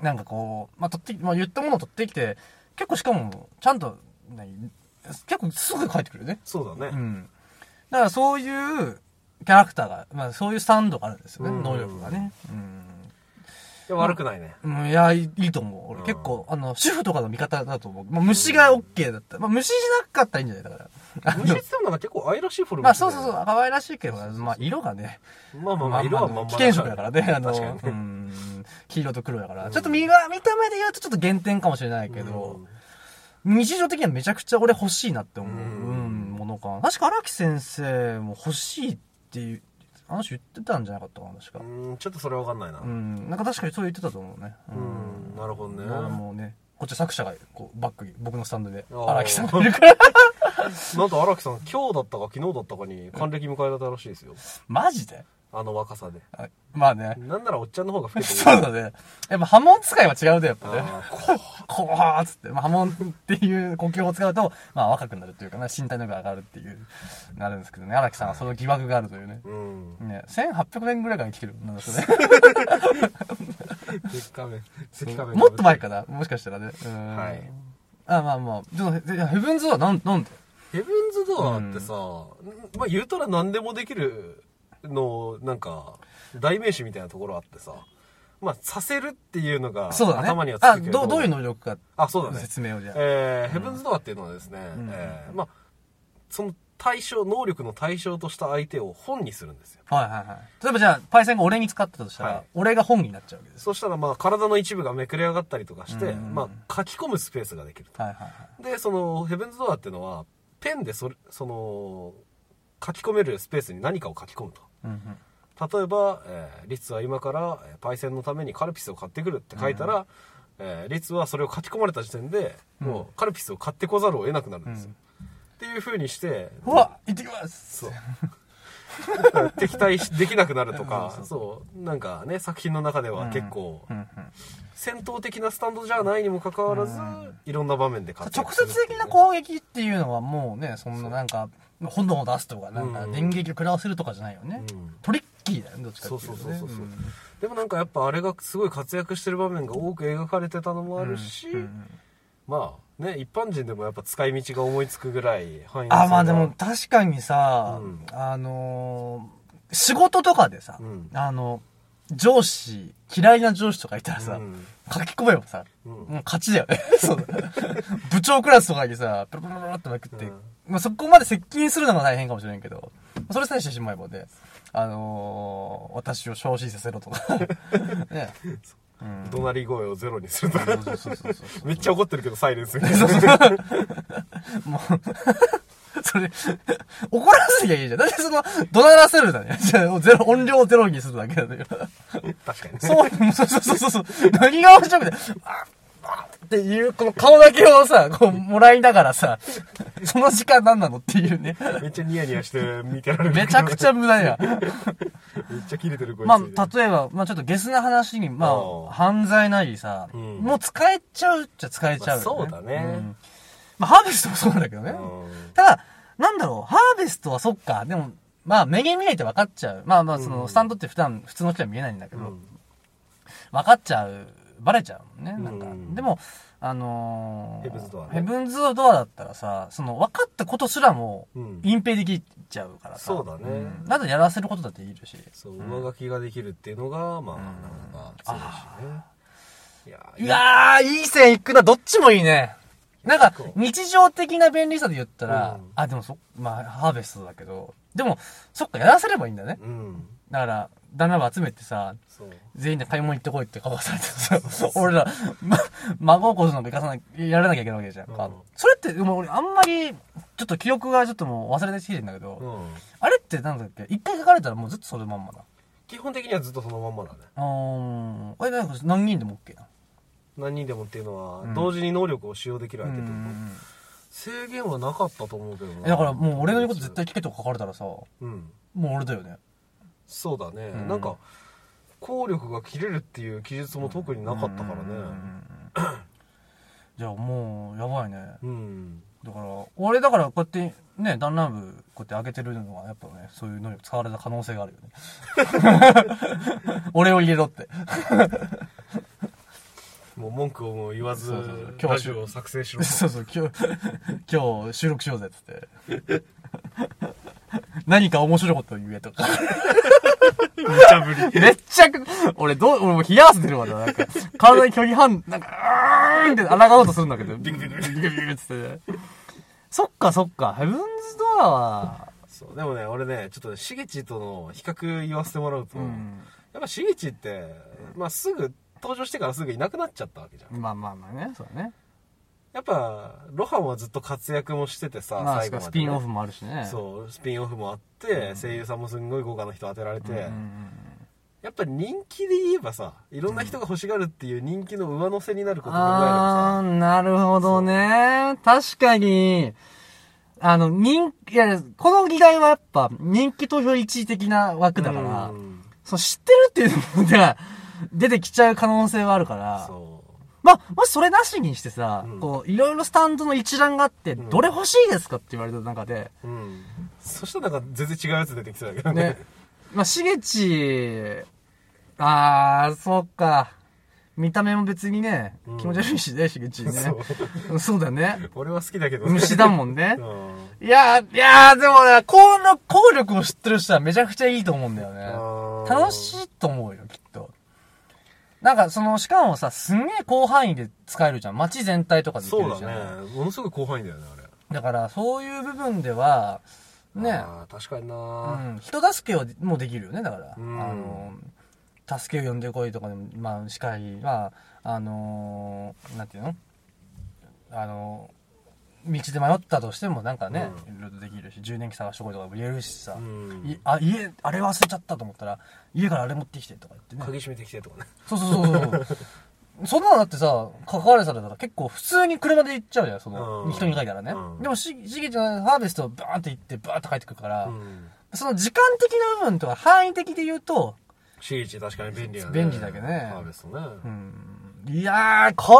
Speaker 1: なんかこう、まあ取ってき、まあ言ったものを取ってきて、結構しかも、ちゃんと、何結構すぐ帰ってくるよね。
Speaker 2: そうだ
Speaker 1: う
Speaker 2: ね。
Speaker 1: ん。だからそういうキャラクターが、まあそういうスタンドがあるんですよね、
Speaker 2: うん
Speaker 1: 能力がね。うん。
Speaker 2: いや悪くないね。
Speaker 1: うん、いや、いいいいと思う。俺
Speaker 2: うん
Speaker 1: 結構、あの、主婦とかの味方だと思う。まあ、虫が OK だった。まあ、虫じゃなかったらいいんじゃないだから。あの
Speaker 2: 虫ってもなんか結構愛らしいフォルム
Speaker 1: まあ、そうそうそう、
Speaker 2: う。
Speaker 1: 可愛らしいけど、まあ、色がね、
Speaker 2: まあまあまあ、色はまんまだ
Speaker 1: 危険色だからね、あの、
Speaker 2: 確かにね
Speaker 1: うん、黄色と黒だから。ちょっと見が、見た目で言うとちょっと減点かもしれないけど、日常的にはめちゃくちゃ俺欲しいなって思う、
Speaker 2: う
Speaker 1: うんん、ものかな。確か荒木先生も欲しいっていう、話言ってたんじゃなかったかな、確か。
Speaker 2: うん、ちょっとそれわかんないな。
Speaker 1: う、
Speaker 2: うん
Speaker 1: なんか確かにそう言ってたと思うね。
Speaker 2: ん、なるほどね。
Speaker 1: まあもうね、こっち作者がこうバックに、僕のスタンドで、
Speaker 2: あー
Speaker 1: 荒木さんがいるから。 <laughs>
Speaker 2: なんと荒木さん、今日だったか昨日だったかに還暦迎えられたらしいですよ。
Speaker 1: マジで <laughs>
Speaker 2: あの若さで。
Speaker 1: あまあね。
Speaker 2: なんならおっちゃんの方が老けてる
Speaker 1: そうだね。やっぱ波紋使いは違うだやっぱね。
Speaker 2: あ
Speaker 1: こわーっつって、まあ、波紋っていう呼吸を使うと、まあ若くなるというかね、身体能力が上がるっていう、なるんですけどね、荒木さんはその疑惑があるというね
Speaker 2: ー。うん。
Speaker 1: ね、1800年ぐらいから生きてるなんですよね。
Speaker 2: 赤面。赤面。
Speaker 1: もっと前かなもしかしたらね。うん
Speaker 2: はい。
Speaker 1: あ、まあまあ。でも、でヘブンズはなん、なんで
Speaker 2: ヘブンズドアーってさ、まあ言うたら何でもできるの、なんか、代名詞みたいなところあってさ、まあさせるっていうのが
Speaker 1: そうだね。
Speaker 2: 頭にはつ
Speaker 1: あ、
Speaker 2: くけれ
Speaker 1: どう、どういう能力か、
Speaker 2: あ、そうだね。
Speaker 1: 説明をじゃあ。
Speaker 2: えーヘブンズドアーっていうのはですね、えーまあ、その対象、能力の対象とした相手を本にするんですよ。
Speaker 1: はいはいはい。例えばじゃあ、パイセンが俺に使ってたとしたら、
Speaker 2: はい
Speaker 1: 俺が本になっちゃうわけです。
Speaker 2: そしたらまあ体の一部がめくれ上がったりとかして、
Speaker 1: うん
Speaker 2: まあ書き込むスペースができると。
Speaker 1: はいはいはい。
Speaker 2: で、そのヘブンズドアーっていうのは、ペンでそれ、その、書き込めるスペースに何かを書き込むと。
Speaker 1: うんうん。
Speaker 2: 例えば、えーリツは今から、えーパイセンのためにカルピスを買ってくるって書いたら、えーリツはそれを書き込まれた時点で、もうカルピスを買ってこざるを得なくなるんですよ。っていう風にして、
Speaker 1: うわ行ってきます
Speaker 2: そう。敵対しできなくなる
Speaker 1: <laughs>
Speaker 2: とか、そうなんかね、作品の中では結構、
Speaker 1: うんうん。
Speaker 2: 戦闘的なスタンドじゃないにもかかわらず、いろんな場面で活
Speaker 1: 直
Speaker 2: 躍するってい
Speaker 1: 接
Speaker 2: う
Speaker 1: 的
Speaker 2: ね
Speaker 1: な攻撃っていうのはもうね、そんななんか、炎を出すとか、なんか
Speaker 2: うん
Speaker 1: 電撃を食らわせるとかじゃないよね。
Speaker 2: うん
Speaker 1: トリッキーだよねどっちかっていうと、ね、
Speaker 2: そうそうそうそうでもなんかやっぱあれがすごい活躍してる場面が多く描かれてたのもあるし、
Speaker 1: うんうん
Speaker 2: まあね一般人でもやっぱ使い道が思いつくぐらい汎用性が
Speaker 1: あまあでも確かにさ、
Speaker 2: うん
Speaker 1: あのー仕事とかでさ、
Speaker 2: うん
Speaker 1: あの上司嫌いな上司とかいたらさ、
Speaker 2: うん
Speaker 1: 書き込めばさ、
Speaker 2: うん
Speaker 1: もう勝ちだよね <laughs> そう部長クラスとかにさペロペロペロってめくって、
Speaker 2: うん
Speaker 1: まあ、そこまで接近するのが大変かもしれんけどそれさえしてしまえばねあのー私を昇進させろとか <laughs> ねうん
Speaker 2: 怒鳴り声をゼロにするとか
Speaker 1: そうそうそうそう
Speaker 2: めっちゃ怒ってるけどサイレンスみたいな
Speaker 1: もう、 <laughs> それ、怒らせりゃいいじゃん。だってその、怒鳴らせるだね。 <laughs> じゃあ、ゼロ、音量をゼロにするだけだね。 <laughs>
Speaker 2: 確かにね
Speaker 1: そう、そうそうそうそう。何が面白くて、ああっていう、この顔だけをさ、こう、もらいながらさ、その時間何なのっていうね。
Speaker 2: めっちゃニヤニヤして見てられる
Speaker 1: めちゃくちゃ無駄
Speaker 2: <laughs>
Speaker 1: や。
Speaker 2: めっちゃ切れてるこいつ
Speaker 1: まあ、例えば、まあちょっとゲスな話に、ま
Speaker 2: あ
Speaker 1: あ、
Speaker 2: あ
Speaker 1: 犯罪なりさ、
Speaker 2: うん
Speaker 1: もう使えちゃうっちゃ使えちゃうよ、
Speaker 2: まあそうだね
Speaker 1: んまあ、ハーベストもそうなんだけどね。
Speaker 2: うん
Speaker 1: ただ、なんだろう、ハーベストはそっか、でも、まあ、目に見えて分かっちゃう。まあまあ、その、スタンドって普段、普通の人は見えないんだけど、分かっちゃう、バレちゃうもんね、なんか。
Speaker 2: うん
Speaker 1: でも、あのー
Speaker 2: ヘブンズドアね
Speaker 1: ヘブンズドアだったらさ、その、分かったことすらも
Speaker 2: う、ん
Speaker 1: 隠蔽できちゃうからさ。
Speaker 2: そうだね
Speaker 1: んなぜやらせることだっているし。
Speaker 2: そう上書きができるっていうのがまあなかなか強いしねいや
Speaker 1: いやー、いい線いくな、どっちもいいね。なんか
Speaker 2: 結構、
Speaker 1: 日常的な便利さで言ったら、
Speaker 2: うん
Speaker 1: あ、でもそ、まあ、ハーベストだけど、でも、そっか、やらせればいいんだね。
Speaker 2: うん
Speaker 1: だから、旦那部集めてさ、
Speaker 2: そう
Speaker 1: 全員で買い物行ってこいって顔がされてさ、
Speaker 2: <laughs>
Speaker 1: 俺ら、ま、孫をこそなんか行かさな、やらなきゃいけないわけじゃんか。
Speaker 2: うん
Speaker 1: それって、でも俺あんまり、ちょっと記憶がちょっともう忘れてきてるんだけど、
Speaker 2: うん
Speaker 1: あれってなんだっけ一回書かれたらもうずっとそれまんまだ。
Speaker 2: 基本的にはずっとそのまんまだね
Speaker 1: あー、あれなんか何人でも OK な。
Speaker 2: 何人でもっていうのは
Speaker 1: うん
Speaker 2: 同時に能力を使用できる
Speaker 1: う
Speaker 2: 相手ってこと
Speaker 1: ん
Speaker 2: 制限はなかったと思うけどな
Speaker 1: えだからもう俺の言うこと絶対聞けとか書かれたらさ、も
Speaker 2: うん
Speaker 1: う俺だよね。
Speaker 2: そうだね、
Speaker 1: うん
Speaker 2: なんか効力が切れるっていう記述も特になかったから
Speaker 1: うんうんうんう
Speaker 2: ね
Speaker 1: ん。じゃあもう、やばいね。
Speaker 2: うん、
Speaker 1: だから、俺だからこうやって、ね、弾丸部こうやって上げてるのは、やっぱね、そういう能力使われた可能性がある <laughs> よね。俺を入れろって。
Speaker 2: もう文句をもう言わず
Speaker 1: そうそうそう今日は
Speaker 2: ラジオを作成し
Speaker 1: <laughs>
Speaker 2: ろ
Speaker 1: そうそう、今日、今日収録しようぜっつって。何か面白いこと言えとか。
Speaker 2: 無茶ぶり
Speaker 1: めっちゃく、俺どう、俺もう冷や汗出るわな。なんか、体に虚偽反、なんか、うーんって抗おうとするんだけど、ビクビクビクビクビクっつってね。そっかそっか、ヘブンズドアは、
Speaker 2: そうでもね俺ねちょっとねしげちとの比較言わせてもらうと、
Speaker 1: うん。
Speaker 2: やっぱしげちって、まあ、すぐ登場してからすぐいなくなっちゃったわけじゃん
Speaker 1: まあまあまあね、そうだね。
Speaker 2: やっぱロハンはずっと活躍もしててさ、
Speaker 1: まあ、
Speaker 2: 最後までね、
Speaker 1: スピンオフもあるしね。
Speaker 2: そうスピンオフもあって、声優さんもすんごい豪華な人当てられて、
Speaker 1: うんうんうん
Speaker 2: やっぱ人気で言えばさいろんな人が欲しがるっていう人気の上乗せになることぐらいだ
Speaker 1: あー、なるほどね。確かに、あの、人、いや、この議題はやっぱ人気投票一位的な枠だ
Speaker 2: か
Speaker 1: か
Speaker 2: さ
Speaker 1: ら
Speaker 2: う、ん
Speaker 1: そう知ってるっていうのが出てきちゃう可能性はあるから、
Speaker 2: そ
Speaker 1: まあ、もしそれなしにしてさ、
Speaker 2: うん
Speaker 1: こう、いろいろスタンドの一覧があって、
Speaker 2: ん
Speaker 1: どれ欲しいですかって言われた中
Speaker 2: <laughs>
Speaker 1: で、
Speaker 2: ううんそしたらなんか全然違うやつ出てきてたけどね
Speaker 1: ね、まあ、しげち、あー、そうか。見た目も別にね
Speaker 2: う、ん
Speaker 1: 気持ち悪いしね、しげちね。
Speaker 2: <laughs> そう
Speaker 1: うんそうだね。
Speaker 2: <laughs> 俺は好きだけど
Speaker 1: 虫だもん
Speaker 2: う
Speaker 1: ね。
Speaker 2: ん
Speaker 1: <laughs> いやー、いやー、でもね、この、効力を知ってる人はめちゃくちゃいいと思うんだよね。楽しいと思うよ、きっと。なんか、その、しかもさ、すんげえ広範囲で使えるじゃん。街全体とかででき
Speaker 2: そ
Speaker 1: る
Speaker 2: う
Speaker 1: じゃん。
Speaker 2: だねものすごく広範囲だよねあれ
Speaker 1: だから、そういう部分では、ね、
Speaker 2: あー確かにな、
Speaker 1: うん、人助けはもうできるよね、だから。
Speaker 2: うん
Speaker 1: あの、助けを呼んでこいとかでも、まあ、司会は、あのーなんていうのあの道で迷ったとしても、なんかね、いろいろできるし、充電器探してこいとかも言えるしさ、
Speaker 2: うん
Speaker 1: いあ、家、あれ忘れちゃったと思ったら、家からあれ持ってきてとか言ってね。
Speaker 2: 鍵閉めてきてとかね
Speaker 1: そうそうそうそう。 <laughs> そんなのだってさ、関われされたら結構普通に車で行っちゃうじゃん、その、
Speaker 2: うん
Speaker 1: 人に書いたらね。
Speaker 2: うん
Speaker 1: でもし、しげちゃん、ハーベストバーンって行って、バーンって帰ってくるから、
Speaker 2: うん
Speaker 1: その時間的な部分とか範囲的で言うと、
Speaker 2: シーチ確かに便利だね
Speaker 1: 便利だけどね
Speaker 2: ハーベストね、
Speaker 1: うん、いやー、こ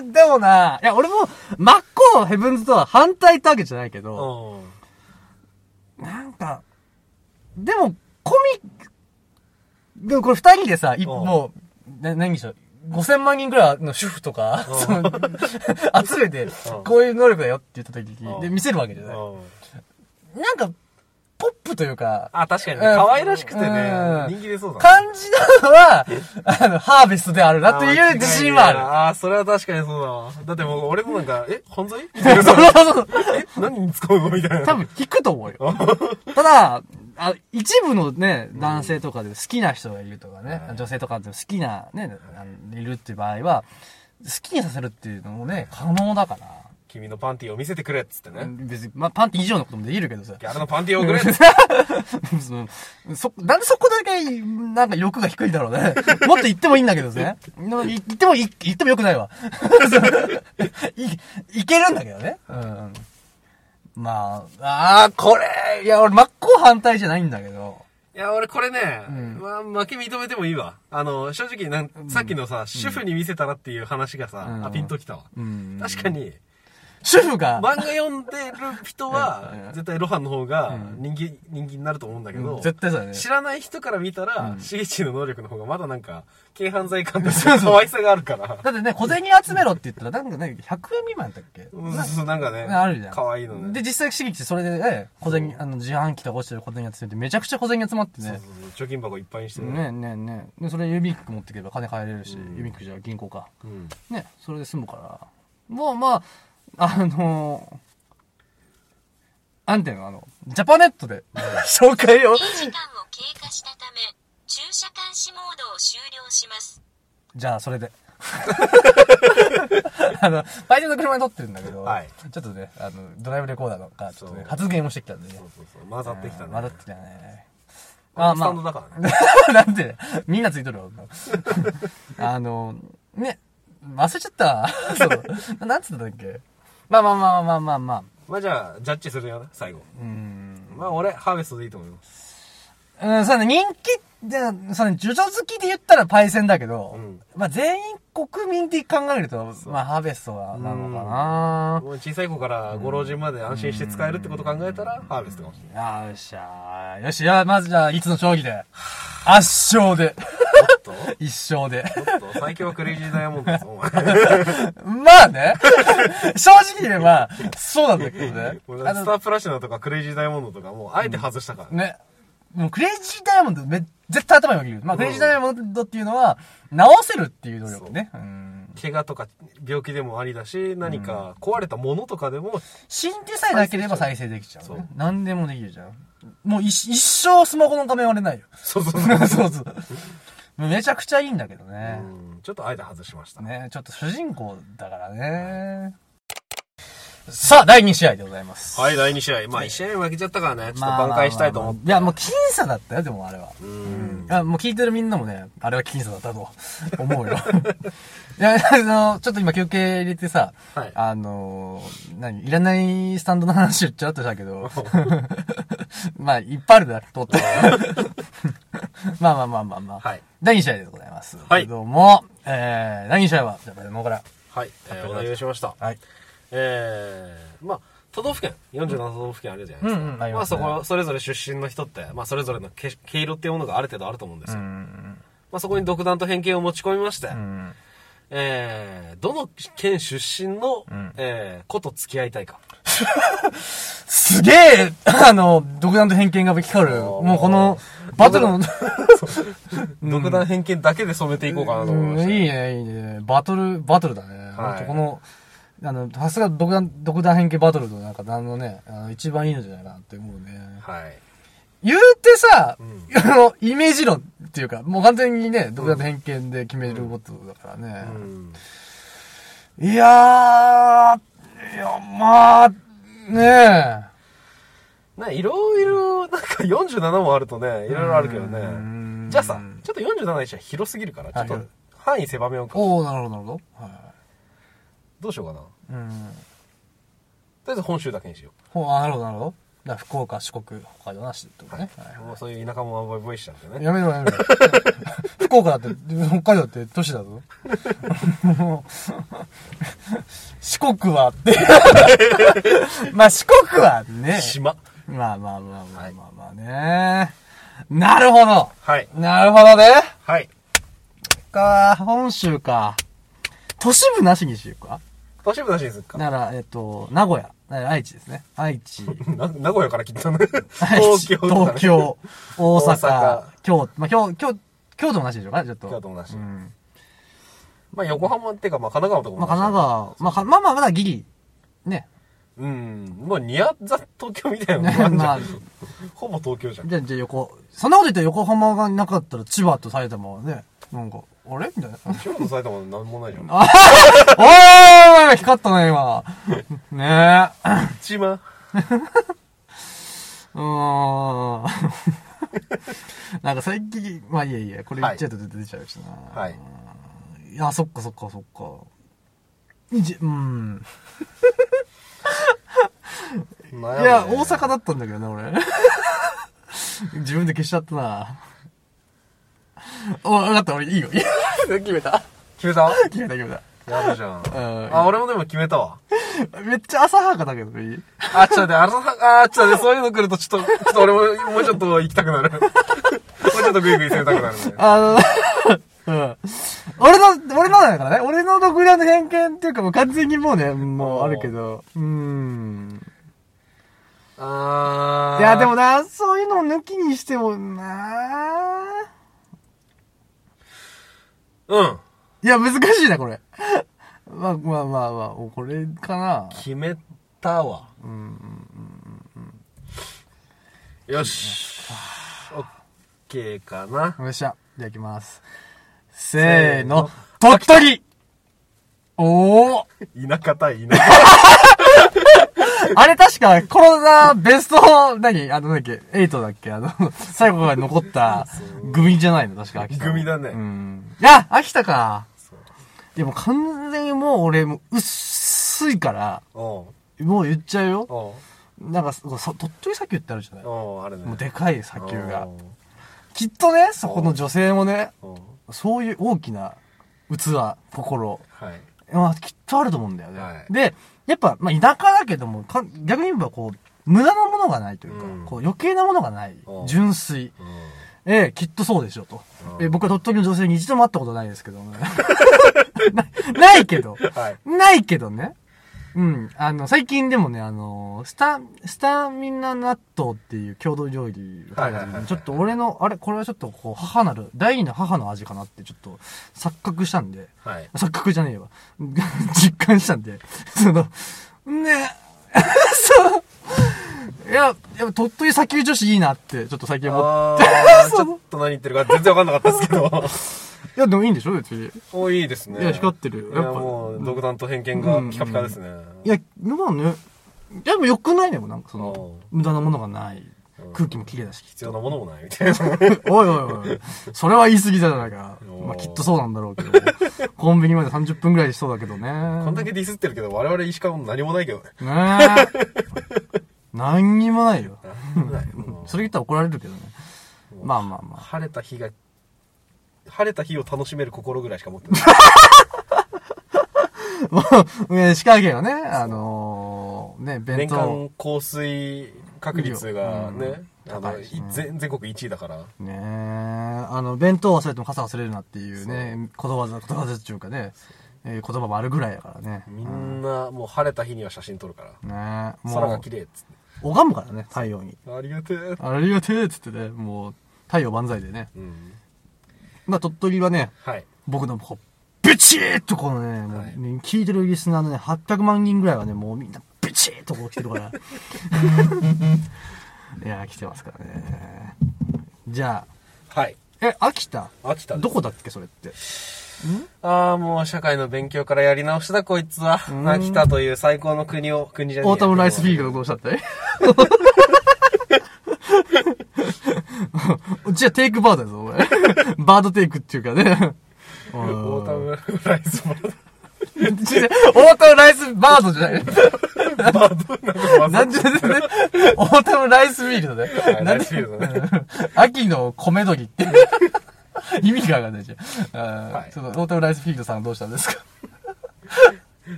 Speaker 1: れ、でもな、いや、俺も、真っ向ヘブンズとは反対ってわけじゃないけど、
Speaker 2: うん
Speaker 1: なんか、でも、コミ、でもこれ二人でさ、い
Speaker 2: ん
Speaker 1: もう、な、何でしょう。5000万人くらいの主婦とか、 <laughs> その、集めて、こういう能力だよって言った時
Speaker 2: うん
Speaker 1: に、で、見せるわけじゃない。
Speaker 2: うん
Speaker 1: なんか、ポップというか、
Speaker 2: あ、確かにね。
Speaker 1: うん
Speaker 2: 可愛らしくてね
Speaker 1: うん。
Speaker 2: 人気出そうだな
Speaker 1: 感じなのは、あの、ハーベストであるなっていう自信はある。
Speaker 2: あー、それは確かにそうだわ。だってもう俺もなんか、え、犯罪 <laughs>
Speaker 1: そう <laughs> そうそう。
Speaker 2: え、何に使うのみたいな。
Speaker 1: 多分引くと思うよ。ただ、あ一部のね、男性とかで好きな人がいるとかね、
Speaker 2: うん
Speaker 1: 女性とかで好きなね、あのいるっていう場合は、好きにさせるっていうのもね、可能だか
Speaker 2: 君のパンティーを見せてくれっつって
Speaker 1: ら。
Speaker 2: ね。
Speaker 1: 別に、まあ、パンティ以上のこともできるけどさ。
Speaker 2: ギャルのパンティーをくれっつ
Speaker 1: <laughs>
Speaker 2: って。
Speaker 1: その <laughs> そ、なんでそこだけ、なんか欲が低いんだろうね。 <laughs> もっと言ってもいいんだけどね。のい言ってもいい、言ってもよくないわ。 <laughs> い、いけるんだけどね。うん。まあ、ああ、これ、いや、俺真っ向反対じゃないんだけど。
Speaker 2: いや、俺これね、
Speaker 1: ん
Speaker 2: まあ、負け認めてもいいわ。あの、正直なん、さっきのさ、主婦に見せたらっていう話がさ、
Speaker 1: うん
Speaker 2: あ、ピンときたわ。
Speaker 1: うん。
Speaker 2: 確かに、
Speaker 1: 主婦が、
Speaker 2: 漫画読んでる人
Speaker 1: うんう
Speaker 2: は
Speaker 1: ん、
Speaker 2: 絶対ロハンの方が
Speaker 1: うん
Speaker 2: 人気、人気になると思うんだけ
Speaker 1: う
Speaker 2: ど
Speaker 1: ん、絶対そうだね。
Speaker 2: 知らない人から見たら、
Speaker 1: うん
Speaker 2: シゲチの能力の方がまだなんか、軽犯罪感として可愛さがあるから。
Speaker 1: だってね、小銭集めろって言ったら、なんかね、100円未満だっけ
Speaker 2: うんそうそう、なんかね。
Speaker 1: あるじゃん。
Speaker 2: 可愛いのね。
Speaker 1: で、実際、刺激ってそれでね、小銭、あの、自販機とか落ちてる小銭集めて、めちゃくちゃ小銭集まってね。
Speaker 2: そうそうそう貯金箱いっぱいにして
Speaker 1: ねえねえねえでそれユミック持ってけば金買えれるし、
Speaker 2: うん
Speaker 1: ユミックじゃ銀行か
Speaker 2: うん。
Speaker 1: ねそれで済むからもうまああのー、なんていうのあのジャパネッ
Speaker 2: <laughs>
Speaker 1: トで紹介を
Speaker 3: 時間を経過したため、駐車監視モードを終了します。
Speaker 1: じゃあそれで <laughs> あのバイトの車に撮ってるんだけど、
Speaker 2: はい
Speaker 1: ちょっとねあのドライブレコーダーのかちょっと、ね、
Speaker 2: そう
Speaker 1: 発言をしてきたんでね
Speaker 2: そうそうそう。混ざってきたね。
Speaker 1: 混ざってきたね
Speaker 2: あ、ス
Speaker 1: ま
Speaker 2: タンドだからね。
Speaker 1: <laughs> なんで、みんなついとるわ。
Speaker 2: <laughs>
Speaker 1: あの、ね、忘れちゃった。 <laughs> そう。なんつってたんだっけまあまあまあまあまあまあ。
Speaker 2: まあじゃあ、ジャッジするよね、最後。
Speaker 1: うん。
Speaker 2: まあ俺、ハーベストでいいと思います。
Speaker 1: うん、そうね、人気で、そうね、ジョジョ好きで言ったらパイセンだけど、
Speaker 2: うん
Speaker 1: まあ全員国民で考えると、まあハーベストはなのかな
Speaker 2: もう小さい子からご老人まで安心して使えるってこと考えたら、ハーベストかもしれない。
Speaker 1: よっしゃー。よし、じゃあまずじゃあ、いつの将棋で。圧勝で。
Speaker 2: ちょっ
Speaker 1: <laughs> 一勝で。
Speaker 2: と、ちょっと、最強はクレイジーダイヤモンドです、
Speaker 1: <laughs>
Speaker 2: お前。
Speaker 1: まあね。 <laughs> 正直言えば、そうなんだけどね。
Speaker 2: <laughs> 俺だってスタープラチナとかクレイジーダイヤモンドとかもう、あえて外したから。
Speaker 1: ね。もうクレイジーダイヤモンドめ、絶対頭によぎる。まあ、クレイジーダイヤモンドっていうのは、直せるっていう能力ね。うん。
Speaker 2: 怪我とか病気でもありだし、何か壊れたものとかでも、
Speaker 1: 死んでさえなければ再生できちゃう、
Speaker 2: そ
Speaker 1: ね
Speaker 2: う。
Speaker 1: 何でもできるじゃん。もう一一生スマホの画面割れないよ。
Speaker 2: そうそう
Speaker 1: <laughs>
Speaker 2: そう。
Speaker 1: そうそう。めちゃくちゃいいんだけどね。
Speaker 2: うんちょっとあえて外しました。
Speaker 1: ね、ちょっと主人公だからね。さあ、第2試合でございます。
Speaker 2: はい、第2試合。まあ、1試合目負けちゃったからね、ちょっと挽回したいと思って。
Speaker 1: いや、もう僅差だったよ、でもあれは。
Speaker 2: うん。
Speaker 1: あ、もう聞いてるみんなもね、あれは僅差だったと思うよ。 <laughs> いや、あの、ちょっと今休憩入れてさ、
Speaker 2: はい
Speaker 1: あの、何、いらないスタンドの話をちゃっとしたけど、 <laughs> まあ、いっぱいあるだろ、とって。 <laughs> まあまあまあまあまあ。
Speaker 2: はい
Speaker 1: 第2試合でございます。
Speaker 2: はい
Speaker 1: けども、えー、第2試合は、じゃあ、もうから。
Speaker 2: はい、えーお題をしました。
Speaker 1: はい。
Speaker 2: えー、まあ、都道府県、47都道府県あるじゃないですか。
Speaker 1: うんうんあり
Speaker 2: ま
Speaker 1: ま
Speaker 2: あ、
Speaker 1: す
Speaker 2: そ
Speaker 1: ね
Speaker 2: こ、それぞれ出身の人って、まあ、それぞれのけ毛色っていうものがある程度あると思うんです
Speaker 1: う
Speaker 2: よ。
Speaker 1: ん。
Speaker 2: まあ、そこに独断と偏見を持ち込みまして、
Speaker 1: うん。
Speaker 2: えー、どの県出身の、
Speaker 1: ん
Speaker 2: えー、子と付き合いたいか。
Speaker 1: すげえ、あの、独断と偏見が光る。
Speaker 2: おー
Speaker 1: もうこの、バトルの、
Speaker 2: 独断偏見だけで染めていこうかなと思いました。
Speaker 1: うんいいね、いいね。バトル、バトルだね。
Speaker 2: はい
Speaker 1: ほんとこの、あの、さすが独断、独断偏見バトルとなんか、あのね、あの一番いいのじゃないかなって思うね。
Speaker 2: はい。
Speaker 1: 言うてさ、
Speaker 2: ん
Speaker 1: あの、イメージ論っていうか、もう完全にね、独断と偏見で決めることだからね
Speaker 2: う。ん。
Speaker 1: いやー、いや、まあ、ねえ。
Speaker 2: ね、いろいろ、なんか47もあるとね、いろいろあるけど
Speaker 1: うん
Speaker 2: ね。じゃあさ、ちょっと47にしては広すぎるから、ちょっ
Speaker 1: は
Speaker 2: と
Speaker 1: い
Speaker 2: 範囲狭めようか。
Speaker 1: おー、なるほど、なるほど。は
Speaker 2: どうしようかな。
Speaker 1: い。うん。
Speaker 2: とりあえず本州だけにしよ。
Speaker 1: ほあ、なるほど、なるほど。だから福岡、四国、北海道なしってことね。はいう
Speaker 2: もうそういう田舎もあんまりボイしちゃうんでね。
Speaker 1: やめろやめろ。 <laughs> 福岡だって、北海道だって都市だぞ。 <laughs> もう四国はって。 <laughs> まあ四国はね。
Speaker 2: 島。
Speaker 1: まあまあまあまあまあまあね。なるほど
Speaker 2: はい。
Speaker 1: なるほどね
Speaker 2: はい。
Speaker 1: か、本州か。都市部なしにしようか。
Speaker 2: 都市部なしにするか。
Speaker 1: なら、えっと、名古屋。な愛知ですね。愛知。
Speaker 2: な名古屋から切ったの
Speaker 1: 愛
Speaker 2: 東
Speaker 1: 知
Speaker 2: 京とかね、
Speaker 1: 東京、大阪、
Speaker 2: 大阪
Speaker 1: 京都、まあ、京、京、京都もなしでしょうかね、ちょっと。
Speaker 2: 京都もなし
Speaker 1: うん。
Speaker 2: まあ横浜っていうか、まあ神奈川とか
Speaker 1: ま
Speaker 2: も
Speaker 1: あ、神奈川、まあか、まあまあ、まだギリ。ね。
Speaker 2: 川。うん。もうニアザ東京みたいな
Speaker 1: ね
Speaker 2: もんじ
Speaker 1: <laughs> ま
Speaker 2: ゃ
Speaker 1: あ
Speaker 2: ん。ほぼ東京じゃん。
Speaker 1: じゃあ、じゃあ横、そんなこと言ったら横浜がなかったら千葉と埼玉はね、なんか、あれみたいな。
Speaker 2: 京都埼玉なんもないじゃん。
Speaker 1: おーい光ったね、今。ねえ。
Speaker 2: 千葉。
Speaker 1: うーん。 <laughs> なんか最近、まあいいやいいや、これ言っちゃうと出て出ちゃうしな。
Speaker 2: はい。
Speaker 1: いや、そっかそっかそっか。じうん。
Speaker 2: い
Speaker 1: いや、大阪だったんだけどね、俺。 <laughs> 自分で消しちゃったな。お、わかった、俺いいよ。 <laughs> いいよ決めた。
Speaker 2: 決めた
Speaker 1: 決めた、決めた。
Speaker 2: やるじゃん。
Speaker 1: ん
Speaker 2: あ、俺もでも決めたわ。
Speaker 1: めっちゃ浅はかだけど、いい
Speaker 2: あ、ちょっと待って、あの、あ、ちょっと待って、そういうの来るとちょっと、ちょっと俺も、もうちょっと行きたく <laughs> なる。もうちょっとグイグイ攻めたくなる <laughs> ね。
Speaker 1: あの、 <laughs> うん。俺の、俺のだからね。俺の独断の偏見っていうかもう完全にもうね、もうあるけど。うーん。
Speaker 2: あ
Speaker 1: いや、でもな、そういうのを抜きにしてもな
Speaker 2: うん。
Speaker 1: いや、難しいな、これ。まあまあまあまあ、これかな。
Speaker 2: 決めたわ。うんうんうん。よし。オッケーかな。
Speaker 1: よっしゃ。じゃあ行きます。せーの。鳥取おお
Speaker 2: 田舎対田舎。
Speaker 1: あれ確かコロナベスト、何あの、なんだっけ、8だっけあの、最後まで残った組じゃないの確か秋田。
Speaker 2: 組だね
Speaker 1: うん。いや、秋田か。
Speaker 2: そう
Speaker 1: でも完全にもう俺、もう薄いから、
Speaker 2: <laughs> おう
Speaker 1: もう言っちゃうよ。
Speaker 2: おう
Speaker 1: なんか、そそ鳥取砂丘ってあるじゃないも
Speaker 2: おうあれね。
Speaker 1: うでかい砂丘が
Speaker 2: お。う
Speaker 1: きっとね、そこの女性もね、
Speaker 2: おう
Speaker 1: そういう大きな器、心、
Speaker 2: はい。
Speaker 1: まあ、きっとあると思うんだよね。
Speaker 2: はい
Speaker 1: で、やっぱ、まあ、田舎だけども、か逆に言えばこう、無駄なものがないというか、
Speaker 2: うん
Speaker 1: こう余計なものがない
Speaker 2: お。う
Speaker 1: 純粋。ええ、きっとそうでしょうと。
Speaker 2: うん
Speaker 1: ええ僕は鳥取の女性に一度も会ったことないですけどもね。 <laughs> なないけど。
Speaker 2: はい。
Speaker 1: ないけどね。うん。あの、最近でもね、あの、スタ、スタミナ納豆っていう郷土料理を食べた
Speaker 2: はいはい
Speaker 1: 時
Speaker 2: はいはい
Speaker 1: に、ちょっと俺の、あれ、これはちょっとこう、母なる、第二の母の味かなってちょっと錯覚したんで、
Speaker 2: はい。
Speaker 1: 錯覚じゃねえわ。 <laughs> 実感したんで、その、ね、 <laughs> そう。いや、やっぱ鳥取砂丘女子いいなって、ちょっと最近思っ
Speaker 2: あ <laughs> ーちょっと何言ってるか全然わかんなかったですけど。
Speaker 1: いや、でもいいんでしょ別に。
Speaker 2: おいいですね。
Speaker 1: いや光ってるよ
Speaker 2: いや、
Speaker 1: やっぱ
Speaker 2: もう、独断と偏見がピカピカですね。
Speaker 1: いや、まあね、でも良くないね、もうなんかその
Speaker 2: おう、
Speaker 1: 無駄なものがない
Speaker 2: うん。
Speaker 1: 空気も綺麗だし。 <laughs>
Speaker 2: 必要なものもないみたいな。
Speaker 1: おいおいおい。それは言い過ぎじゃないか。まあきっとそうなんだろうけど。 <laughs> コンビニまで30分ぐらいしそうだけどね。
Speaker 2: こんだけディスってるけど、我々石川も何もないけどね。
Speaker 1: <laughs> ねえ。何にもないよ。
Speaker 2: 何もないもう
Speaker 1: それ言ったら怒られるけどね。まあまあまあ。
Speaker 2: 晴れた日が、晴れた日を楽しめる心ぐらいしか持ってない。
Speaker 1: ね石川県はね、あのー、ね、弁
Speaker 2: 年
Speaker 1: 当。
Speaker 2: 間降水確率がね、
Speaker 1: うん
Speaker 2: あ
Speaker 1: 高
Speaker 2: の、
Speaker 1: い
Speaker 2: い
Speaker 1: しね
Speaker 2: 全全国1位だから。
Speaker 1: ねえ、あの、弁当忘れても傘忘れるなっていうね、ことわざ、ことわざっていうかね、えー言葉もあるぐらいやからね。
Speaker 2: みんな、もう晴れた日には写真撮るから。
Speaker 1: ねえ、
Speaker 2: 空が
Speaker 1: も
Speaker 2: 綺麗っつっ
Speaker 1: う、拝むからね、太陽に。
Speaker 2: て。ありがてえ。
Speaker 1: ありがてえっつってね、もう、太陽万歳でね。
Speaker 2: うん。
Speaker 1: まあ、鳥取はね、
Speaker 2: はい。
Speaker 1: 僕のこう、ビチーっとこのね、もう
Speaker 2: はい
Speaker 1: 聞いてるリスナーのね、800万人ぐらいはね、もうみんなビチーっとこう来てる
Speaker 2: <laughs>
Speaker 1: から。いやー、来てますからね。じゃ
Speaker 2: はい。
Speaker 1: あ、え、秋田
Speaker 2: 秋田です
Speaker 1: どこだっけ、それって。
Speaker 2: ああ、もう社会の勉強からやり直しだ、こいつは。秋田という最高の国を、国じゃねえ
Speaker 1: オータムライスフィールドどうした
Speaker 2: <laughs>
Speaker 1: ってじゃあ、テイクバードやぞ、俺。バードテイクっていうかね。オ
Speaker 2: オータムライスバー
Speaker 1: 違う違うオータムライスバードじゃない。
Speaker 2: ド。バードなんか
Speaker 1: なんで、ね、オータムライスフィールドで。
Speaker 2: はい
Speaker 1: な
Speaker 2: ラ
Speaker 1: ん
Speaker 2: イ
Speaker 1: で
Speaker 2: スフィールドね。
Speaker 1: 秋の米どりって。意味がわかんないじゃん。
Speaker 2: はい
Speaker 1: そのオータムライスフィールドさんどうしたんですか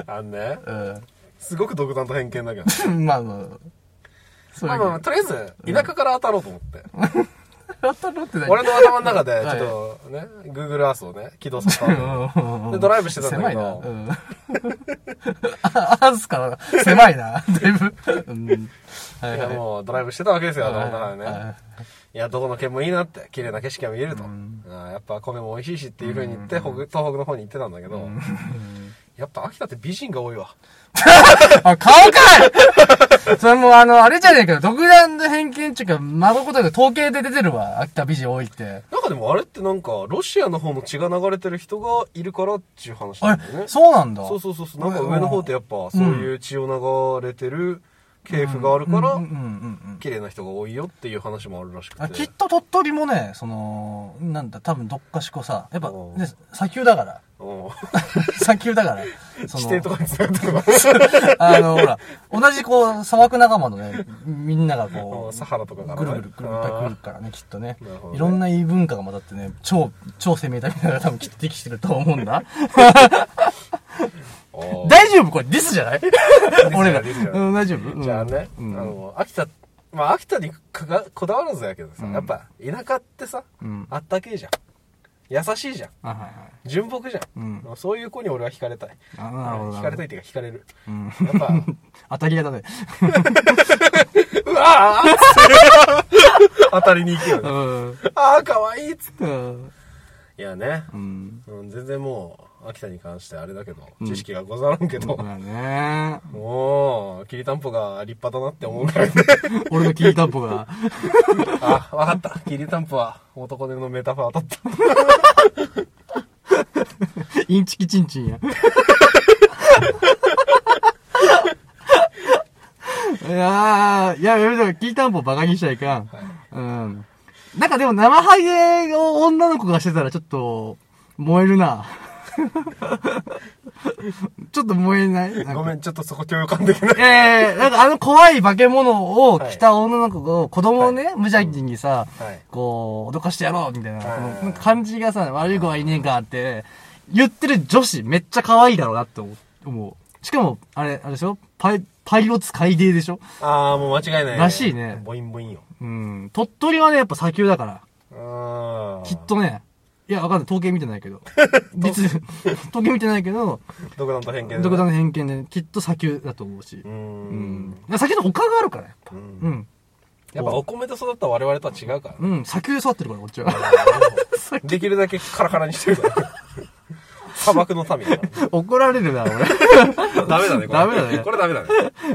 Speaker 2: あんね、
Speaker 1: う
Speaker 2: すごく独断と偏見だけど。
Speaker 1: ん。まあまあ。そ
Speaker 2: ま
Speaker 1: れ
Speaker 2: あまあまあ、とりあえず、田舎から当たろうと思って。
Speaker 1: 当たるって何
Speaker 2: 俺の頭の中で、ち
Speaker 1: はい
Speaker 2: ょっとね、Google Earth をね、起動させた。
Speaker 1: うんうんう
Speaker 2: で
Speaker 1: ん
Speaker 2: ドライブしてたんだ
Speaker 1: 狭
Speaker 2: け
Speaker 1: いな。
Speaker 2: ど
Speaker 1: うん。あ、 <laughs> あすから、狭いな。だいぶ。うん。はいい
Speaker 2: や
Speaker 1: はい。
Speaker 2: もうドライブしてたわけですよ、
Speaker 1: は
Speaker 2: あ
Speaker 1: い
Speaker 2: の中で
Speaker 1: は
Speaker 2: ね
Speaker 1: い。
Speaker 2: いや、どこの県もいいなって、綺麗な景色が見えると。
Speaker 1: うん
Speaker 2: あーやっぱ米も美味しいしっていう風に言って、北東北の方に行ってたんだけど、やっぱ秋田って美人が多いわ。
Speaker 1: あ、顔かいそれもうあの、あれじゃねえかよ。独断の偏見っていうか、まことで統計で出てるわ。秋田美人多いって。
Speaker 2: なんかでもあれってなんか、ロシアの方の血が流れてる人がいるからっていう話な
Speaker 1: あ
Speaker 2: ん
Speaker 1: れ
Speaker 2: だよね。、
Speaker 1: そうなんだ。
Speaker 2: そうそうそうそう。なんか上の方ってやっぱ、そういう血を流れてる系譜がある
Speaker 1: うん。
Speaker 2: か
Speaker 1: う
Speaker 2: ら
Speaker 1: んうん、うん
Speaker 2: 綺麗な人が多いよっていう話もあるらしくて。
Speaker 1: あきっと鳥取もね、その、なんだ、多分どっかしこさ、やっぱ、
Speaker 2: うん
Speaker 1: ね、砂丘だ
Speaker 2: <laughs>
Speaker 1: から。
Speaker 2: うん。
Speaker 1: 砂丘だから。
Speaker 2: <laughs>
Speaker 1: そ
Speaker 2: 地
Speaker 1: の
Speaker 2: 底とかに繋がって
Speaker 1: <laughs>
Speaker 2: るのか
Speaker 1: あの、ほら、同じこう、砂漠仲間のね、みんなが
Speaker 2: な
Speaker 1: こ
Speaker 2: サ
Speaker 1: う、
Speaker 2: ハラとかからね
Speaker 1: ぐるぐるぐるいっぱい来るからね、きっとね
Speaker 2: なるほど。ね
Speaker 1: いろんな異文化が混ざってね、超、超攻めたみたいなのが多分きっとできてると思うんだ。
Speaker 2: あー
Speaker 1: 大丈夫これディスじゃない俺ら。
Speaker 2: ディスじゃない
Speaker 1: うん、大丈夫うん
Speaker 2: じゃあね、
Speaker 1: うん
Speaker 2: あの、秋田、まあ秋田にかかこだわらずやけどさ、
Speaker 1: うん
Speaker 2: やっぱ田舎ってさ、
Speaker 1: うん
Speaker 2: あったけえじゃん。優しいじゃん。
Speaker 1: あ、はいはい。
Speaker 2: 純朴じゃん。
Speaker 1: うん
Speaker 2: そういう子に俺は惹かれたい。
Speaker 1: あなるほど
Speaker 2: 惹
Speaker 1: な
Speaker 2: か
Speaker 1: るほ
Speaker 2: れた
Speaker 1: ど
Speaker 2: い。っていうか惹かれる。
Speaker 1: うん。
Speaker 2: やっ
Speaker 1: <laughs>
Speaker 2: ぱ、
Speaker 1: 当たり屋だね。
Speaker 2: うわー当たりに行くよ
Speaker 1: う
Speaker 2: ね。
Speaker 1: ん。
Speaker 2: <laughs> ああ、かわいいっつって。
Speaker 1: うん
Speaker 2: いやね、
Speaker 1: うん。
Speaker 2: うん、全然もう、秋田に関してあれだけど、知識がござらんけど、
Speaker 1: そうだね。
Speaker 2: もう、きりたんぽが立派だなって思
Speaker 1: <laughs>
Speaker 2: うからいね。
Speaker 1: 俺のきりたんぽが。
Speaker 2: あ、わかった。きりたんぽは男でのメタファーだった。
Speaker 1: インチキチンチンや。いやー、いや、やめときりたんぽバカにしちゃいかん。うん。なんかでも生ハゲを女の子がしてたらちょっと、燃えるな。ちょっと燃えないなんか
Speaker 2: ごめん、ちょっとそこ共有感できない。
Speaker 1: ええなんかあの怖い化け物を着た女の子を、子供をね、無邪気にさ、
Speaker 2: はい
Speaker 1: こう、脅かしてやろうみたいな、
Speaker 2: はい
Speaker 1: この感じがさ、悪い子はいねえかって、言ってる女子めっちゃ可愛いだろうなって思う思う。しかも、あれ、あれでしょパイ、パイロツ海底でしょ
Speaker 2: ああ、もう間違いない、
Speaker 1: らしいね
Speaker 2: ボインボインよ。
Speaker 1: うん。鳥取はね、やっぱ砂丘だから。
Speaker 2: うーん。
Speaker 1: きっ。とね、いや、わかんない。統計見てないけ <laughs> ど。実、統計見てないけど、
Speaker 2: 独断と偏見で。
Speaker 1: 独断の偏見でね、きっと砂丘だと思うし
Speaker 2: うー。。
Speaker 1: うんん。砂丘の丘があるから、やっぱ。
Speaker 2: うん
Speaker 1: うん。
Speaker 2: やっぱお米と育った我々とは違うからね。
Speaker 1: うん、砂丘で育ってるから、こっちは。
Speaker 2: できるだけカラカラにしてる
Speaker 1: <laughs>
Speaker 2: から。砂漠の民だか
Speaker 1: 怒られるな、俺。 <laughs>
Speaker 2: ら。ダメだね、これ。
Speaker 1: ダメだね
Speaker 2: これダメだね。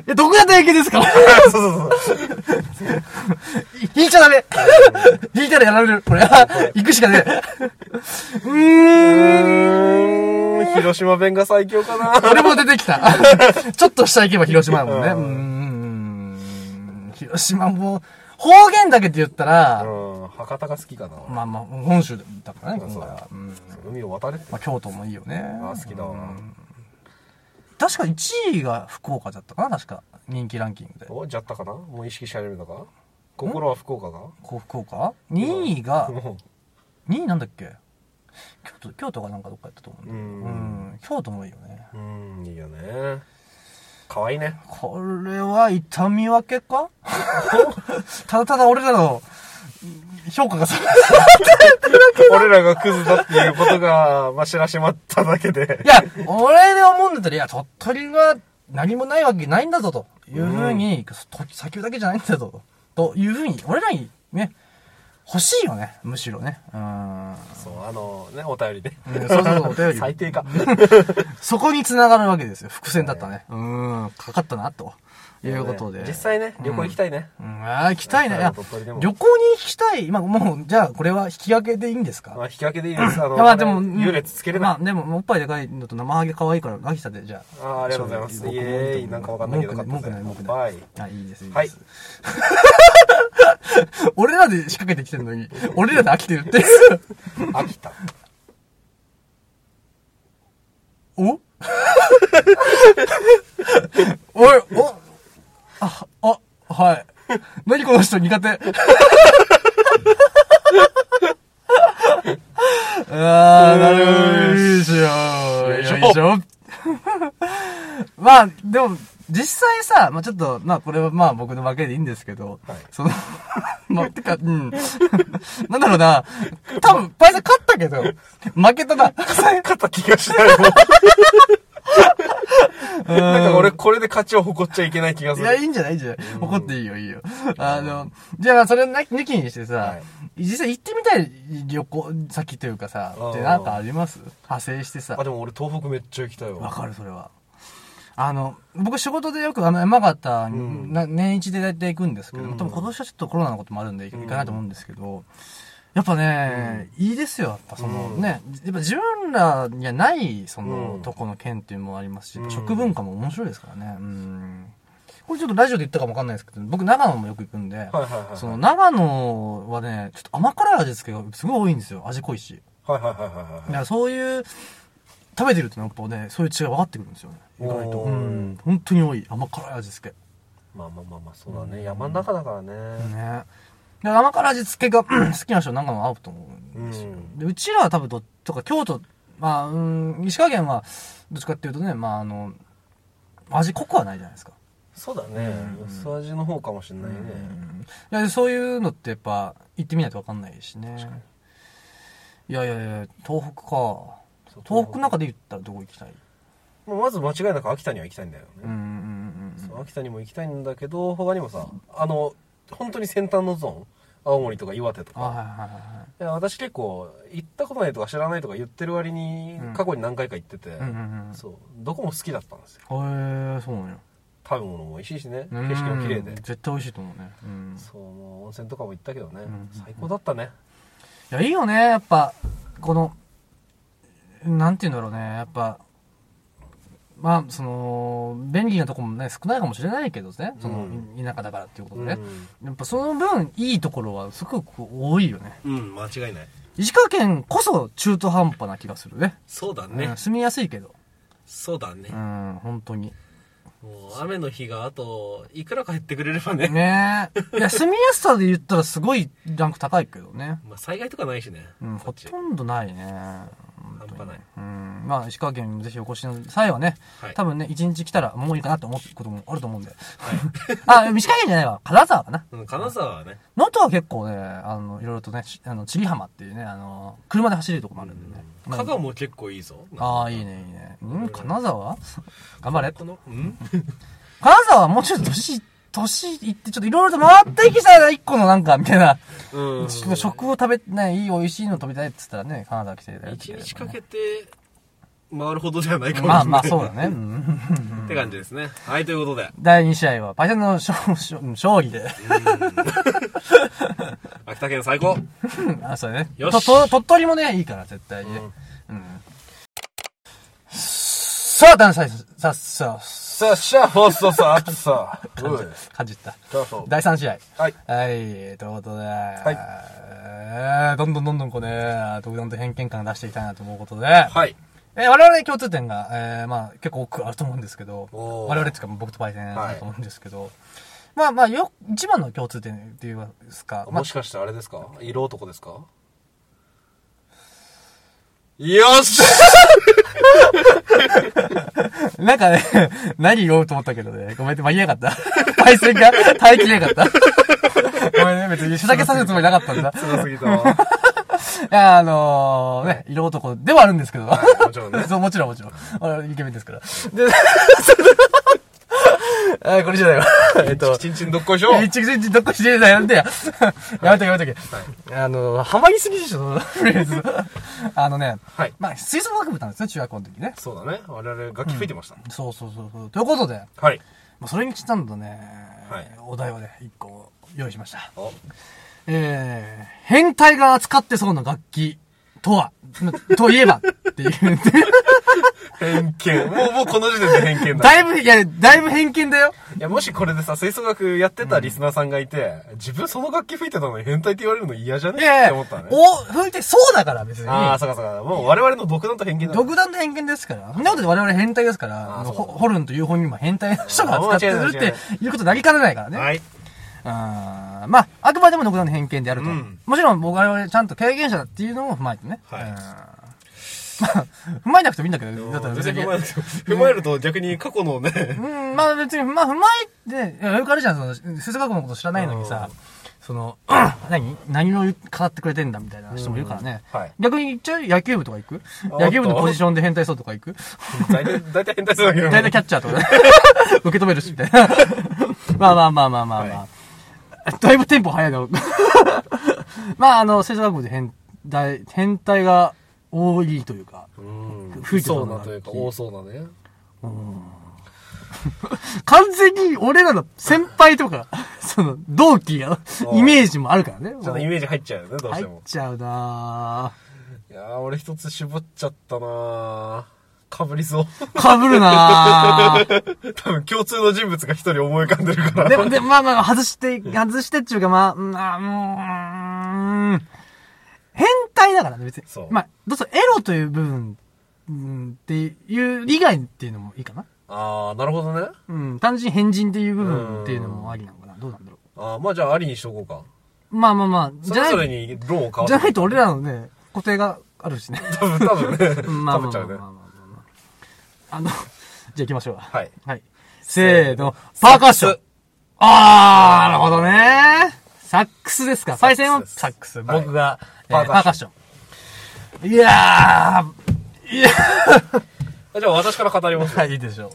Speaker 1: え、どこが大変ですか
Speaker 2: <laughs> そうそうそう。
Speaker 1: 引いちゃダメ引いたらやられる。
Speaker 2: <laughs>
Speaker 1: これは、行くしかねえ。うーん。
Speaker 2: うーん、広島弁が最強かな。
Speaker 1: 俺も出てき
Speaker 2: <laughs>
Speaker 1: た。ちょっと下行けば広島だもんね。うーん。広島も、方言だけって言ったら、
Speaker 2: うん、博多が好きかな。
Speaker 1: まあまあ、本州だからね、
Speaker 2: そう
Speaker 1: 今回は。うん
Speaker 2: 海を渡れって。
Speaker 1: まあ、京都もいいよね。
Speaker 2: あー好きだわ。
Speaker 1: 確か1位が福岡だったかな、確か。人気ランキングで。
Speaker 2: お、じゃったかなもう意識し始めたか心は福岡か
Speaker 1: こう福岡 ?2 位が、
Speaker 2: も
Speaker 1: 2位なんだっけ京都、京都がなんかどっかやったと思うん
Speaker 2: う
Speaker 1: だよう
Speaker 2: う。
Speaker 1: んん、京都もいいよね。
Speaker 2: うん、いいよね。可愛いね。
Speaker 1: これは痛み分けか <laughs> ただただ俺らの評価がさ、 <laughs>
Speaker 2: 俺らがクズだっていうことが、まあ、知らしまっただけで
Speaker 1: い。や、俺で思うんだったら、いや、鳥取は何もないわけないんだぞというふうに、と砂丘だけじゃないんだぞと、というふうに、俺らにね、欲しいよね、むしろね。うん。
Speaker 2: そう、あのね、お便りで。
Speaker 1: うんそうそうそうお便り
Speaker 2: 最低か。
Speaker 1: そこに繋がるわけですよ。伏線だったね。うん、かかったな、ということで。
Speaker 2: 実際ね、旅行行きたいね。
Speaker 1: うん、ああ、行きたいね。いや
Speaker 2: 鳥取でも
Speaker 1: 旅行に行きたい。まあ、もう、じゃあ、これは引き分けでいいんですか、
Speaker 2: まあ、引き分けでいいです。あの、
Speaker 1: いやまあ、でも、
Speaker 2: ね優劣つけれない。
Speaker 1: まあ、でも、おっぱいでかいのと生ハゲ可愛いから、秋田で、じゃあ。
Speaker 2: あーありがとうございます
Speaker 1: そう
Speaker 2: イエーイなんかわかんないけど
Speaker 1: 文句ない、文句な
Speaker 2: 買
Speaker 1: い
Speaker 2: っ。
Speaker 1: 文句ないあ、いいです、いい
Speaker 2: は
Speaker 1: で
Speaker 2: い
Speaker 1: す。。俺らで仕掛けてきてるの
Speaker 2: <laughs>
Speaker 1: に、俺らで飽きてるって。
Speaker 2: 秋田。
Speaker 1: お <laughs> おい、お、あ、あ、はい。何この人苦手。 <laughs> ああ、なるほ <laughs> ど。よいしょ。よいしょ。まあ、でも、実際さ、まあちょっと、まあこれはまあ僕の負けでいいんですけど、
Speaker 2: はい
Speaker 1: その、 <laughs> まあ、てか、うん。 <laughs> なんだろうな、多分、パイセン勝ったけど、負けたな。
Speaker 2: 勝った気がしないもんなんか俺これで勝ちを誇っちゃいけない気が
Speaker 1: い
Speaker 2: する
Speaker 1: や、いいんじゃないいいんじゃない怒っていいよ、いいよ。あの、じゃあ、それな抜きにしてさ、
Speaker 2: は
Speaker 1: 実際行ってみたい旅行先というかさ
Speaker 2: あ、ー
Speaker 1: でなんかあります派生してさ
Speaker 2: あ、でも俺東北めっちゃ行きたい
Speaker 1: わ
Speaker 2: わ
Speaker 1: かる、それは。あの、僕仕事でよくあの山形に、な年一で大体行くんですけど、
Speaker 2: うん
Speaker 1: 多分今年はちょっとコロナのこともあるんで行
Speaker 2: うん
Speaker 1: かないと思うんですけど、やっぱね、いいですよ。やっぱその、
Speaker 2: うん
Speaker 1: ね、やっぱ自分らにはない、その、
Speaker 2: うん
Speaker 1: とこの県っていうのもありますし、
Speaker 2: うん
Speaker 1: 食文化も面白いですからね。うん。これちょっとラジオで言ったかもわかんないですけど、僕長野もよく行くんで、
Speaker 2: はいはいはいはい
Speaker 1: その長野はね、ちょっと甘辛い味付けがすごい多いんですよ。味濃いし。
Speaker 2: はいはいはいはいはい
Speaker 1: だからそういう食べてるとやっぱねそういう違い分かってくるんですよね意外と
Speaker 2: おー
Speaker 1: うん本当に多い甘辛い味付
Speaker 2: まあまあまあまあそうだね、山の中だからね、
Speaker 1: けねだから甘辛い味付けがうん好きな人はなんかの合うと思うんですよ、
Speaker 2: うん
Speaker 1: でうちらは多分どっとか京都まあうん石川県はどっちかっていうとねまああの味濃くはないじゃないですか
Speaker 2: そうだね、
Speaker 1: うん
Speaker 2: 薄味の方かもしれないね、
Speaker 1: いやそういうのってやっぱ行ってみないと分かんないしねいやいやいや東北か
Speaker 2: そう
Speaker 1: 東北の中で言ったらどこ行きたい
Speaker 2: もうまず間違いなく秋田には行きたいんだよね、
Speaker 1: うんうんうんうん
Speaker 2: そう秋田にも行きたいんだけど他にもさあの本当に先端のゾーン青森とか岩手と
Speaker 1: あはい
Speaker 2: か
Speaker 1: はいはいはい
Speaker 2: いや私結構行ったことないとか知らないとか言ってる割に
Speaker 1: うん
Speaker 2: 過去に何回か行ってて、
Speaker 1: うんうんうん
Speaker 2: そうどこも好きだったんですよ
Speaker 1: へえそうなんや
Speaker 2: 食べ物も美味しいしね景色も綺麗で、
Speaker 1: うん絶対美味しいと思うねうん
Speaker 2: そうもう温泉とかも行ったけどね、
Speaker 1: ん
Speaker 2: 最高だったね
Speaker 1: いやいいよねやっぱこのなんて言うんだろうねやっぱまあその便利なとこもね少ないかもしれないけどねその、
Speaker 2: うん
Speaker 1: 田舎だからっていうことでね、やっぱその分いいところはすごく多いよね
Speaker 2: うん、うん間違いない
Speaker 1: 石川県こそ中途半端な気がするね
Speaker 2: そうだ
Speaker 1: うん住みやすいけど
Speaker 2: そうだね
Speaker 1: うん本当に
Speaker 2: もう雨の日があといくらか減ってくれればね
Speaker 1: ねえいや住みやすさで言ったらすごいランク高いけどね
Speaker 2: <laughs> まあ災害とかないしね
Speaker 1: うん、ほとんどないね。本当に
Speaker 2: 半端ない。
Speaker 1: うん。まあ、石川県にぜひお越しの際はね、
Speaker 2: はい
Speaker 1: 多分ね、一日来たらもういいかなと思うこともあると思うんで。あ、石川県じゃないわ。金沢かな。
Speaker 2: うん金沢はね
Speaker 1: 能登は結構ね、あの、いろいろとね、しあの、千里浜っていうね、あの、車で走れるとこもあるんでね。まあ
Speaker 2: 香川も結構いいぞ
Speaker 1: ああ、いいね、いいね。うん、金沢頑張れ。
Speaker 2: この
Speaker 1: <laughs>
Speaker 2: うん
Speaker 1: 金沢はもうちょっと年、年いって、ちょっといろいろと回ってきたら一個のなんか、みたいな。
Speaker 2: うん
Speaker 1: ちょっと食を食べ、ね、いい、美味しいの食べたいって言ったらね、金沢来ていただいて
Speaker 2: 一
Speaker 1: ればね
Speaker 2: 日かけて回るほどじゃないかもし
Speaker 1: <laughs> ま
Speaker 2: れな
Speaker 1: あ
Speaker 2: い
Speaker 1: まあ、そうだね。うん
Speaker 2: <laughs>
Speaker 1: <laughs>
Speaker 2: って感じですねはいということで
Speaker 1: 第2試合は、パイセンの勝勝勝利で。
Speaker 2: 秋田県最高
Speaker 1: <laughs> あ、そうだね。
Speaker 2: よ
Speaker 1: と
Speaker 2: し
Speaker 1: と鳥取もね、いいから、絶対にね。うん。さあ、男子、さあ、さ
Speaker 2: さあしゃあほっそさあっさ
Speaker 1: あ、感じ感じった。
Speaker 2: そうそう
Speaker 1: 第3試合。
Speaker 2: はい
Speaker 1: はい、ということで、
Speaker 2: い
Speaker 1: はい。どんどんどんどんこうね、独断と偏見感出していきたいなと思うことで、
Speaker 2: はい
Speaker 1: えー我々共通点が、えーまあ結構多くあると思うんですけど、
Speaker 2: おー
Speaker 1: 我々っていうか僕とパイセンだと思うんですけど、まあまあよ、一番の共通点って言いますか、まあ
Speaker 2: もしかしてあれですか色男ですかよし
Speaker 1: なんかね、 <laughs> 何言おうと思ったけどね。ごめんね、間に合わなかった。パ <laughs> イセンが耐えきれなか <laughs> った。ごめんね、別に仕掛けさせるつもりなかったんだ。
Speaker 2: 辛 <laughs> すぎたわ
Speaker 1: いや、あのー、ね、色男ではあるんですけど。
Speaker 2: もちろんね
Speaker 1: <laughs> そう、もちろんもちろん。俺はイケメンですから。 <laughs> で、あー、これじゃないわ。 <laughs> えっと、
Speaker 2: ちんちんどっこいしょ
Speaker 1: いや一口どっこしねえなやめてや。やめとけやめとけ。あの、ハマりすぎでしょ、そのフレーズ。あのね、
Speaker 2: はい
Speaker 1: まあ、吹奏楽部なんですね、中学校の時ね。
Speaker 2: そうだね我々楽器吹いてました
Speaker 1: そうそうそうそう。ということで、
Speaker 2: はい
Speaker 1: まあ、それにちなんだね、
Speaker 2: はい
Speaker 1: お題をね、一個用意しました。
Speaker 2: お
Speaker 1: えー、変態が扱ってそうな楽器とは、といえばって
Speaker 2: <laughs>
Speaker 1: いう、ね、
Speaker 2: 偏
Speaker 1: <laughs>
Speaker 2: 見もうもうこの時点で偏見だ
Speaker 1: だいぶ、いや、だいぶ偏見だよ。
Speaker 2: いやもしこれでさ吹奏楽やってたリスナーさんがいて、自分その楽器吹いてたのに変態って言われるの嫌じゃ
Speaker 1: い
Speaker 2: ね
Speaker 1: や
Speaker 2: っ
Speaker 1: い
Speaker 2: て
Speaker 1: や
Speaker 2: 思ったね
Speaker 1: お、吹いてそうだから、別に。
Speaker 2: ああそうかそうかもう我々の独断と偏見
Speaker 1: <laughs>
Speaker 2: だ
Speaker 1: 独断と偏見ですから。そんなことで我々変態ですから、
Speaker 2: あ
Speaker 1: あの
Speaker 2: そうそう
Speaker 1: ホホルンという本にも変態の人が扱ってるっ
Speaker 2: 間違いない
Speaker 1: ていうことになりかねないからね。
Speaker 2: はい
Speaker 1: あーまあ、あくまでも独断の偏見であると。
Speaker 2: うん
Speaker 1: もちろん僕我々ちゃんと経験者だっていうのを踏まえてね。
Speaker 2: はい
Speaker 1: うん踏まえなくてもいいんだけど、だったら
Speaker 2: 全
Speaker 1: 別
Speaker 2: 然
Speaker 1: に
Speaker 2: 踏まえなくても踏まえると逆に過去のね、
Speaker 1: うん、まあ別に、まあ踏まえて、いやよくあるじゃん、その、数学のこと知らないのにさ
Speaker 2: う、
Speaker 1: その、 <clears throat> 何何を語ってくれてんだみたいな人もいるからね。
Speaker 2: うんはい
Speaker 1: 逆に言っちゃう野球部とか行く
Speaker 2: あ
Speaker 1: 野球部のポジションで変態そうとか行く
Speaker 2: 大体、大体変態するだけど。
Speaker 1: 大体キャッチャーと
Speaker 2: <laughs>
Speaker 1: かね受け止めるし、みたいな。 <laughs> まあまあまあまあまあまあ。だいぶテンポ早いだろう。 <laughs> まああの、吹奏楽部で変態、変態が多いというか、
Speaker 2: うん
Speaker 1: 吹いて
Speaker 2: そ
Speaker 1: そうう
Speaker 2: な
Speaker 1: な
Speaker 2: というか、多そうなね。
Speaker 1: 完全に俺らの先輩とか、 <laughs> その、同期や、
Speaker 2: うん
Speaker 1: イメージもあるからね。
Speaker 2: ちょっとイメージ入っちゃうよね、どうし
Speaker 1: 入
Speaker 2: て
Speaker 1: っ
Speaker 2: も。
Speaker 1: ちゃうない
Speaker 2: やー、俺一つ絞っちゃったなー。かぶりそう。
Speaker 1: ぁ。かぶるなぁ。
Speaker 2: <laughs> 多分共通の人物が一人思い浮かんでるか
Speaker 1: <laughs>
Speaker 2: ら。
Speaker 1: でも、でも、まあまあ、外して、外してっていうか、まあ、うんあ、うーん、変態だからね、別に。
Speaker 2: そう
Speaker 1: まあ、どうぞエロという部分、うん、っていう、以外っていうのもいいかな。
Speaker 2: あー、なるほどね。
Speaker 1: うん、単純に変人っていう部分っていうのもありなのかな。どうなんだろ
Speaker 2: あー、まあじゃあありにしとこうか。
Speaker 1: う。まあまあまあ、
Speaker 2: そ
Speaker 1: じゃ
Speaker 2: れぞ
Speaker 1: な
Speaker 2: れ
Speaker 1: い、
Speaker 2: にローンを買わ
Speaker 1: じゃないいと俺らのね、固定があるし
Speaker 2: <laughs>
Speaker 1: ね。
Speaker 2: 多分、多分ね。
Speaker 1: まあ
Speaker 2: か
Speaker 1: まあ
Speaker 2: ぶっち
Speaker 1: ま
Speaker 2: ゃ
Speaker 1: あまあ
Speaker 2: う
Speaker 1: ま
Speaker 2: ね。
Speaker 1: あまあまあ。あの、じゃ <laughs> あ行きましょう。はい
Speaker 2: はい。
Speaker 1: はい。せーの、パーカッション。あー、なるほどね。サックスですか。
Speaker 2: サ
Speaker 1: パ
Speaker 2: ック
Speaker 1: イ
Speaker 2: ス
Speaker 1: センは
Speaker 2: です
Speaker 1: サックス。
Speaker 2: はい
Speaker 1: 僕が、えー
Speaker 2: パ
Speaker 1: パ
Speaker 2: ー
Speaker 1: ー
Speaker 2: カ
Speaker 1: カ
Speaker 2: ッ
Speaker 1: ッ
Speaker 2: シ
Speaker 1: ション。いやー、いや
Speaker 2: じゃあ私から語ります。
Speaker 1: ー、いいでしょ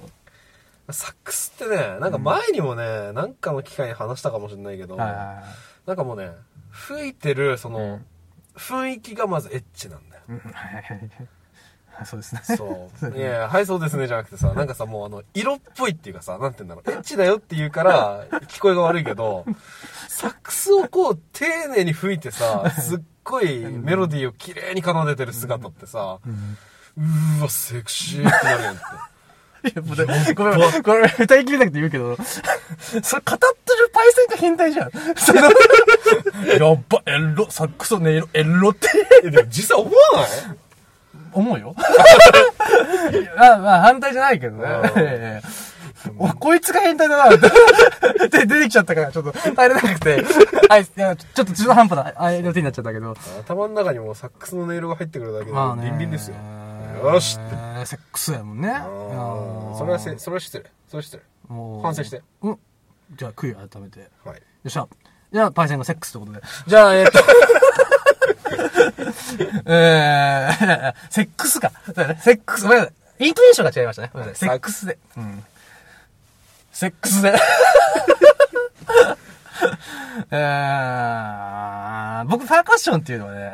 Speaker 2: サックスってね、なんか前にもね、なんかの機会に話したかもしれないけど、
Speaker 1: う。はいはいは
Speaker 2: なんかもうね、吹いてる、その、雰囲気がまずエッチなんだよ。
Speaker 1: いうんはいはいはい。そうですね。 <laughs>
Speaker 2: そう。いやいや、はい、そうですね、じゃなくてさ、なんかさ、もうあの、色っぽいっていうかさ、なんて言うんだろう、エッチだよって言うから、聞こえが悪いけど、サックスをこう、丁寧に吹いてさ、すっごいメロディーを綺麗に奏でてる姿ってさ、うーわ、セクシーってなるやんって。
Speaker 1: いやもうだごめん、これ、歌い切れなくて言うけど、それ語ってるパイセンが変態じゃん。そのやっば、エロ、サックスの音色、エロって。
Speaker 2: え、でも実際思わない
Speaker 1: 思うよ。 <laughs> まあまあ反対じゃないけどね。ええ <laughs> おこいつが変態だな <laughs> って。で、出てきちゃったから、ちょっと、耐えれなく
Speaker 2: <laughs>
Speaker 1: て。あいいやちょっと中途半端な、あいの手になっちゃったけど。
Speaker 2: 頭の中にもうサックスの音色が入ってくるだけで、
Speaker 1: まあね。
Speaker 2: ビンビンですよ。よしって。
Speaker 1: えーセックスやもんね。
Speaker 2: あ
Speaker 1: う
Speaker 2: ー
Speaker 1: ん
Speaker 2: それはせ、それは失礼。それは失礼。
Speaker 1: もう
Speaker 2: 反省して。
Speaker 1: うん。じゃあ、悔い改めて。よ
Speaker 2: はい。
Speaker 1: っしゃ。じゃあ、パイセンがセックスってことで。じゃあ、えーっと。えー、 <laughs> セックスか。そうだねセックス、ごめんなさいイントネーションが違いましたね。ごめんなさいセックスで。うん。セックスで。 <laughs> えー、僕、パーカッションっていうのはね、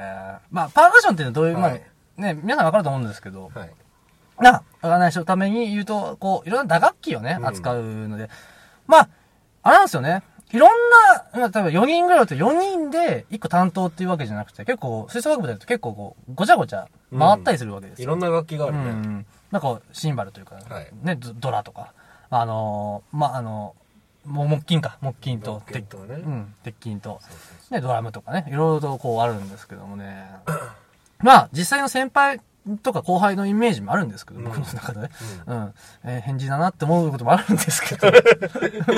Speaker 1: まあ、パーカッションっていうのはどういう、
Speaker 2: は
Speaker 1: ま
Speaker 2: い
Speaker 1: あ、ね、皆さんわかると思うんですけど、
Speaker 2: はい。
Speaker 1: な、占い師のために言うと、こう、いろんな打楽器をね、扱うので、まあ、あれなんですよね。いろんな、まあ、多分4人ぐらいだと4人で1個担当っていうわけじゃなくて、結構、吹奏楽部だと結構こう、ごちゃごちゃ回ったりするわけです
Speaker 2: い
Speaker 1: よ。
Speaker 2: ろんな楽器がある
Speaker 1: う
Speaker 2: ね。
Speaker 1: ん。なんか、シンバルというか、
Speaker 2: はい
Speaker 1: ね、ドドラとか、あのーまあ、あのもう木琴か、木琴と、
Speaker 2: 木琴とかね
Speaker 1: うん、鉄琴と、ね、ドラムとかね、いろいろとこうあるんですけどもね。まあ、実際の先輩とか後輩のイメージもあるんですけど、僕の中でね。うん。えー返事だなって思うこともあるんですけ
Speaker 2: <laughs>
Speaker 1: ど。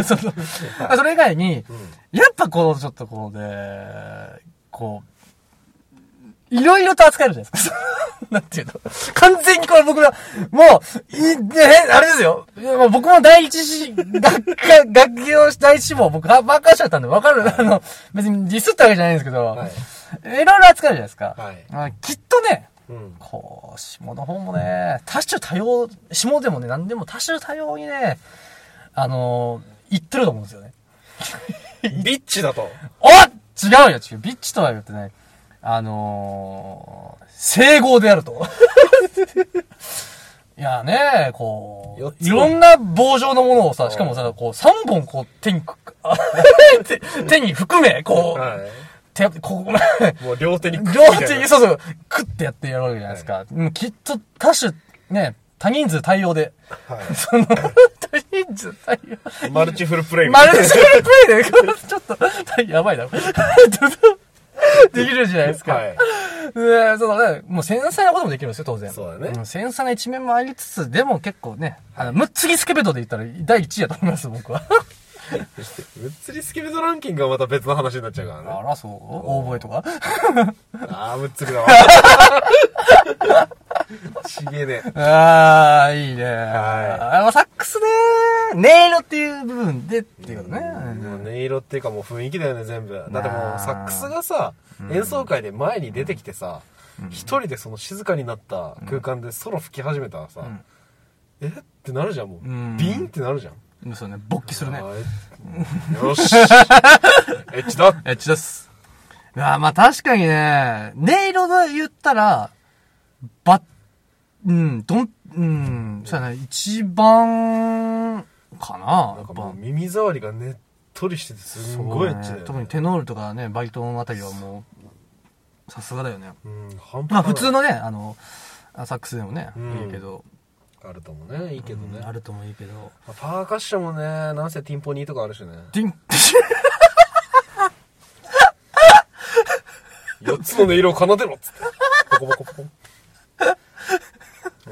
Speaker 1: そのそれ以外に、やっぱこう、ちょっとこうね、こう、いろいろと扱えるじゃないですか。 <laughs> なんていうの完全にこれ僕の、もう、い、ね、あれですよ。いやもう僕も第一志、学科、 <laughs> 学業第一志望、僕、バカしちゃったんで、わかる、あの、別にディスったわけじゃないんですけど、
Speaker 2: は
Speaker 1: い、
Speaker 2: い
Speaker 1: ろいろ扱えるじゃないですか。
Speaker 2: はい
Speaker 1: あきっとね、
Speaker 2: うん。
Speaker 1: こう、下の方もね、多種多様、下でもね、何でも多種多様にね、あのー、言ってると思うんですよね。
Speaker 2: ビッチだと。
Speaker 1: お違うよ、違う。ビッチとは言ってない。あのー、整合であると。 <laughs> いやね、こ
Speaker 2: 四
Speaker 1: う、
Speaker 2: つ
Speaker 1: いろんな棒状のものを
Speaker 2: うん
Speaker 1: さ、しかもさ、こう、3本こう、手にく、 <laughs> あ手手に含め、こう、
Speaker 2: は
Speaker 1: 手、こう、
Speaker 2: い。もう両手に。
Speaker 1: 両手に、そうそう、クッてやってやるわけじゃないですか。うんきっと多種、ね、多人数対応で。
Speaker 2: はい。
Speaker 1: その、 <laughs> 多人数対応。
Speaker 2: マルチフル
Speaker 1: <laughs>
Speaker 2: プレイ。
Speaker 1: マルチプレイで、これ <laughs> ちょっと、やばいな。 <laughs> できるじゃないですか。
Speaker 2: はい。
Speaker 1: ねそのね、もう繊細なこともできるんですよ、当然。
Speaker 2: そうだね
Speaker 1: ん繊細な一面もありつつ、でも結構ね、あの、むっつぎスケベトで言ったら第1位やと思います、
Speaker 2: <laughs>
Speaker 1: 僕は。
Speaker 2: うっつりスケベトランキングはまた別の話になっちゃうから
Speaker 1: あ
Speaker 2: ね。
Speaker 1: ら、そう大声とか。
Speaker 2: あー、むっつりだわ。ちげえね。
Speaker 1: <laughs> ああ、いいね。
Speaker 2: は
Speaker 1: あのサックスね音色っていう部分でっていうことね。
Speaker 2: もう音色っていうかもう雰囲気だよね、全部。だってもうサックスがさ、演奏会で前に出てきてさ、一人でその静かになった空間でソロ吹き始めたらさ、
Speaker 1: ん
Speaker 2: えってなるじゃん、もう。
Speaker 1: うん
Speaker 2: ビーンってなるじゃん。
Speaker 1: うんそうね、勃起するね
Speaker 2: あ。ーえよ
Speaker 1: <laughs>
Speaker 2: しエッチだ
Speaker 1: え、ちです。ああ、まあ確かにね、音色で言ったら、ば、うん、どん、うん、そうやね、一番、かな。
Speaker 2: な
Speaker 1: や
Speaker 2: ん
Speaker 1: っぱ
Speaker 2: かもう耳障りがねっとりしててすんごいエッチ
Speaker 1: そうね
Speaker 2: だよ、ね。
Speaker 1: 特にテノールとかね、バリトンあたりはもう、さすがだよね。
Speaker 2: うん、半端
Speaker 1: まあ普通の
Speaker 2: の。
Speaker 1: ね、あの、サックスでもね、
Speaker 2: うん
Speaker 1: いいけど、
Speaker 2: あるともね、いいけどね。
Speaker 1: うんあるともいいけど。
Speaker 2: まあパーカッションもね、なんせティンポニーとかあるしね。
Speaker 1: ディン、
Speaker 2: 4つの音色を奏でろっつって。ポコポコポコ。も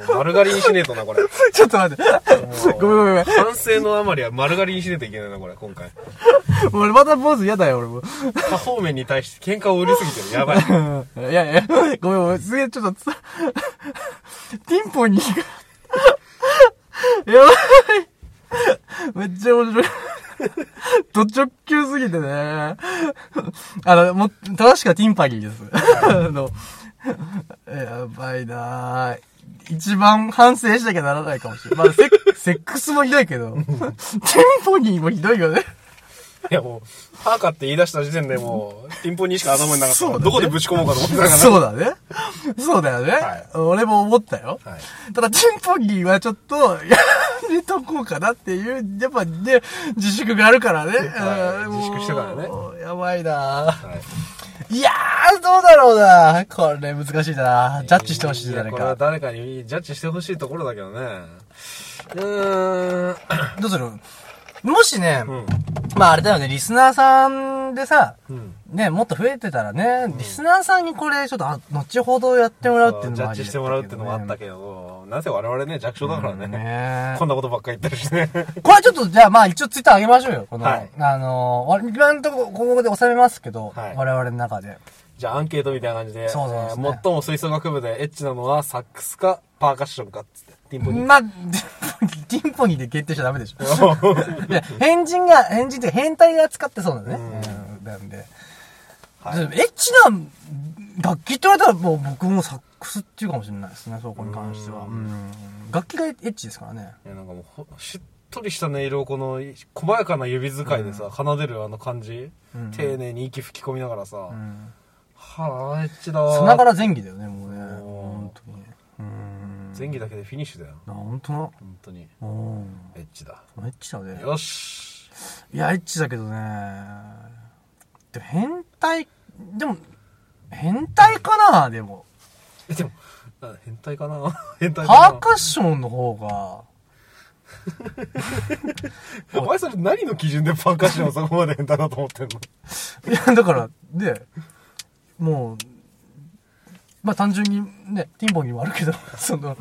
Speaker 2: う丸刈りにしねえとな、これ。
Speaker 1: ちょっと待って。 <laughs> ごめんごめんごめん。
Speaker 2: 反省のあまりは丸刈りにしねえといけないな、これ、今回。
Speaker 1: 俺また坊主嫌だよ、俺も。
Speaker 2: 多方面に対して喧嘩を売りすぎてる。やばい。
Speaker 1: いやいや、ごめんごめん、すげえちょっとつ、ティンポニーが、やばいめっちゃ面白い。ド直球すぎてね。あの、も、正しくはティンパニーです。あの、やばいなぁ。一番反省しなきゃならないかもしれない。まあ、セッセックスもひどいけど、ティンポニーもひどいよね。
Speaker 2: いやもう、パーカって言い出した時点でもう、ティンポニーしか頭になかった
Speaker 1: そうだね
Speaker 2: から、どこでぶち込もうかと思ってたから。
Speaker 1: そうだね。そうだよね。
Speaker 2: はい
Speaker 1: 俺も思ったよ。
Speaker 2: はい。
Speaker 1: ただ、チンポギーはちょっと、やめとこうかなっていう、やっぱね、自粛があるからね。
Speaker 2: はい
Speaker 1: うん
Speaker 2: 自粛してからね
Speaker 1: もうやばいなぁ
Speaker 2: はい。
Speaker 1: いやー、どうだろうなこれ難しいなジャッジしてほしいじゃない
Speaker 2: やこれは
Speaker 1: か。
Speaker 2: 誰かにジャッジしてほしいところだけどね。うーん。
Speaker 1: どうするもしね、
Speaker 2: うん。
Speaker 1: まああれだよね、リスナーさんでさ、
Speaker 2: うん。
Speaker 1: ね、もっと増えてたらね、リスナーさんにこれ、ちょっと、あ後ほどやってもらうっていうの
Speaker 2: ジ
Speaker 1: も
Speaker 2: ャ
Speaker 1: あり
Speaker 2: ッ
Speaker 1: だったけどね
Speaker 2: ジしてもらうっていうのもあったけど、なぜ我々ね、弱小だから
Speaker 1: ね
Speaker 2: ね。
Speaker 1: え
Speaker 2: こんなことばっかり言ったりして。
Speaker 1: これちょっと、じゃあまあ一応ツイッター上げましょうよ。この、
Speaker 2: はい
Speaker 1: あのー、今のところここで収めますけど、
Speaker 2: はい
Speaker 1: 我々の中で。
Speaker 2: <laughs> じゃあアンケートみたいな感じで、
Speaker 1: そうそうそう
Speaker 2: えー最も吹奏楽部でエッチなのはサックスかパーカッションかっつって。ティンポニー。
Speaker 1: まあ、 <laughs> ティンポニーで決定しちゃダメでしょ。いや、変人が、変人って変態が使ってそうだね。うん、なんで。
Speaker 2: はい
Speaker 1: でもエッチな楽器って言われたらもう僕もサックスっていうかもしれないですね、そこに関しては。
Speaker 2: う
Speaker 1: うん楽器がエッチですからね。
Speaker 2: いやなんかもうほ、しっとりした音色をこの細やかな指使いでさ、奏でるあの感じ、
Speaker 1: ん
Speaker 2: 丁寧に息吹き込みながらさ、
Speaker 1: うん。
Speaker 2: はぁ、エッチだー。
Speaker 1: さながら前儀だよね、もうね。
Speaker 2: おー
Speaker 1: 本当にね。うん。
Speaker 2: 前儀だけでフィニッシュだよ。
Speaker 1: あ、本当な。
Speaker 2: 本当に。
Speaker 1: うん。
Speaker 2: エッチだ。
Speaker 1: エッチだね。
Speaker 2: よし。
Speaker 1: いや、エッチだけどね。でも変態、でも、変態かなでも。
Speaker 2: え、でも、あ変態かな <laughs> 変態
Speaker 1: パー
Speaker 2: か
Speaker 1: カッションの方が、
Speaker 2: なお前それ何の基準でパーカッションを <laughs> そこまで変態だと思ってんの
Speaker 1: いや、だから、で、もう、まあ単純にね、ティンボにもあるけど、 <laughs> その、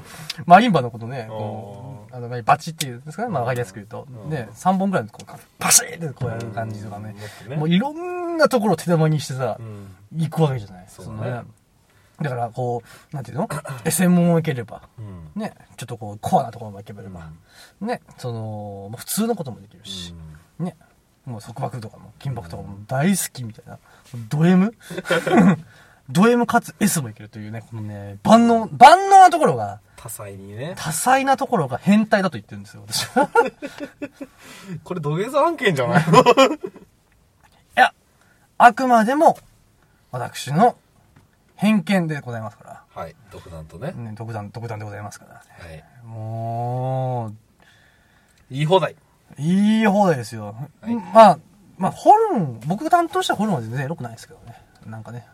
Speaker 1: マリンバのことね、こう、あの、バチっていうんですかね、まあわかりやすく言うと、ね、3本くらいのこう、パシーってこうやる感じとかね、
Speaker 2: うん
Speaker 1: もういろんなところを手玉にしてさ、
Speaker 2: うん。
Speaker 1: 行くわけじゃない。
Speaker 2: そう
Speaker 1: そ
Speaker 2: だ
Speaker 1: の
Speaker 2: ね
Speaker 1: ねだから、こう、なんていうの <clears throat> 専門を受ければ、
Speaker 2: うん。
Speaker 1: ね、ちょっとこう、コアなところまで行ければ、ね、その、まあ普通のこともできるし、ね、もう束縛とかも、金箔とかも大好きみたいな、ド M? ド M かつ S もいけるというね、このね、万能、万能なところが、
Speaker 2: 多彩にね。
Speaker 1: 多彩なところが変態だと言ってるんですよ、私は。
Speaker 2: これ土下座案件じゃない <laughs> の
Speaker 1: いや、あくまでも、私の偏見でございますか
Speaker 2: はい。独断とね
Speaker 1: ら、。ね、独断、独断でございますからね。
Speaker 2: はい。
Speaker 1: も
Speaker 2: 言い放題。
Speaker 1: う、いい放題ですよ。
Speaker 2: はい
Speaker 1: まあ、まあ、ホルン、僕が担当したホルンは全然エロくないですけどね。なんかね。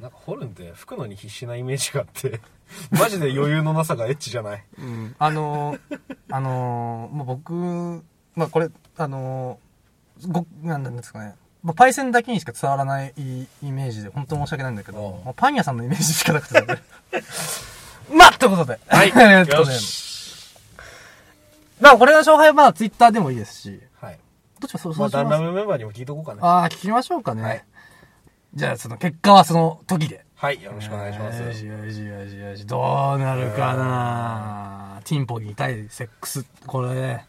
Speaker 2: なんかホルンって吹くのに必死なイメージがあって、 <laughs> マジで余裕のなさがエッチじゃない。
Speaker 1: うん。あのー、あのー、まあ僕、まあこれ、あのー、ご、なんなんですかね。まあ、パイセンだけにしか伝わらないイメージで、本当申し訳ないんだけ
Speaker 2: お
Speaker 1: ど
Speaker 2: う、
Speaker 1: まあ、パン屋さんのイメージしかなくて、ね。 <laughs> まあ、ということで。
Speaker 2: はい。
Speaker 1: えっ <laughs> と
Speaker 2: <laughs> よ
Speaker 1: ね。
Speaker 2: し。
Speaker 1: まあ、これの勝敗は、まあ、ツイッターでもいいですし。
Speaker 2: はい。
Speaker 1: どっちもそう、
Speaker 2: ま
Speaker 1: そう
Speaker 2: あ、
Speaker 1: しま
Speaker 2: ダ
Speaker 1: す
Speaker 2: ンダムメンバーにも聞いとこうかな。
Speaker 1: ああ、聞きましょうかね。
Speaker 2: はい
Speaker 1: じゃあ、その結果はその時で。
Speaker 2: はい、よろしくお願いします。
Speaker 1: よしよしよしよし。どうなるかなティンポギー対セックス、これで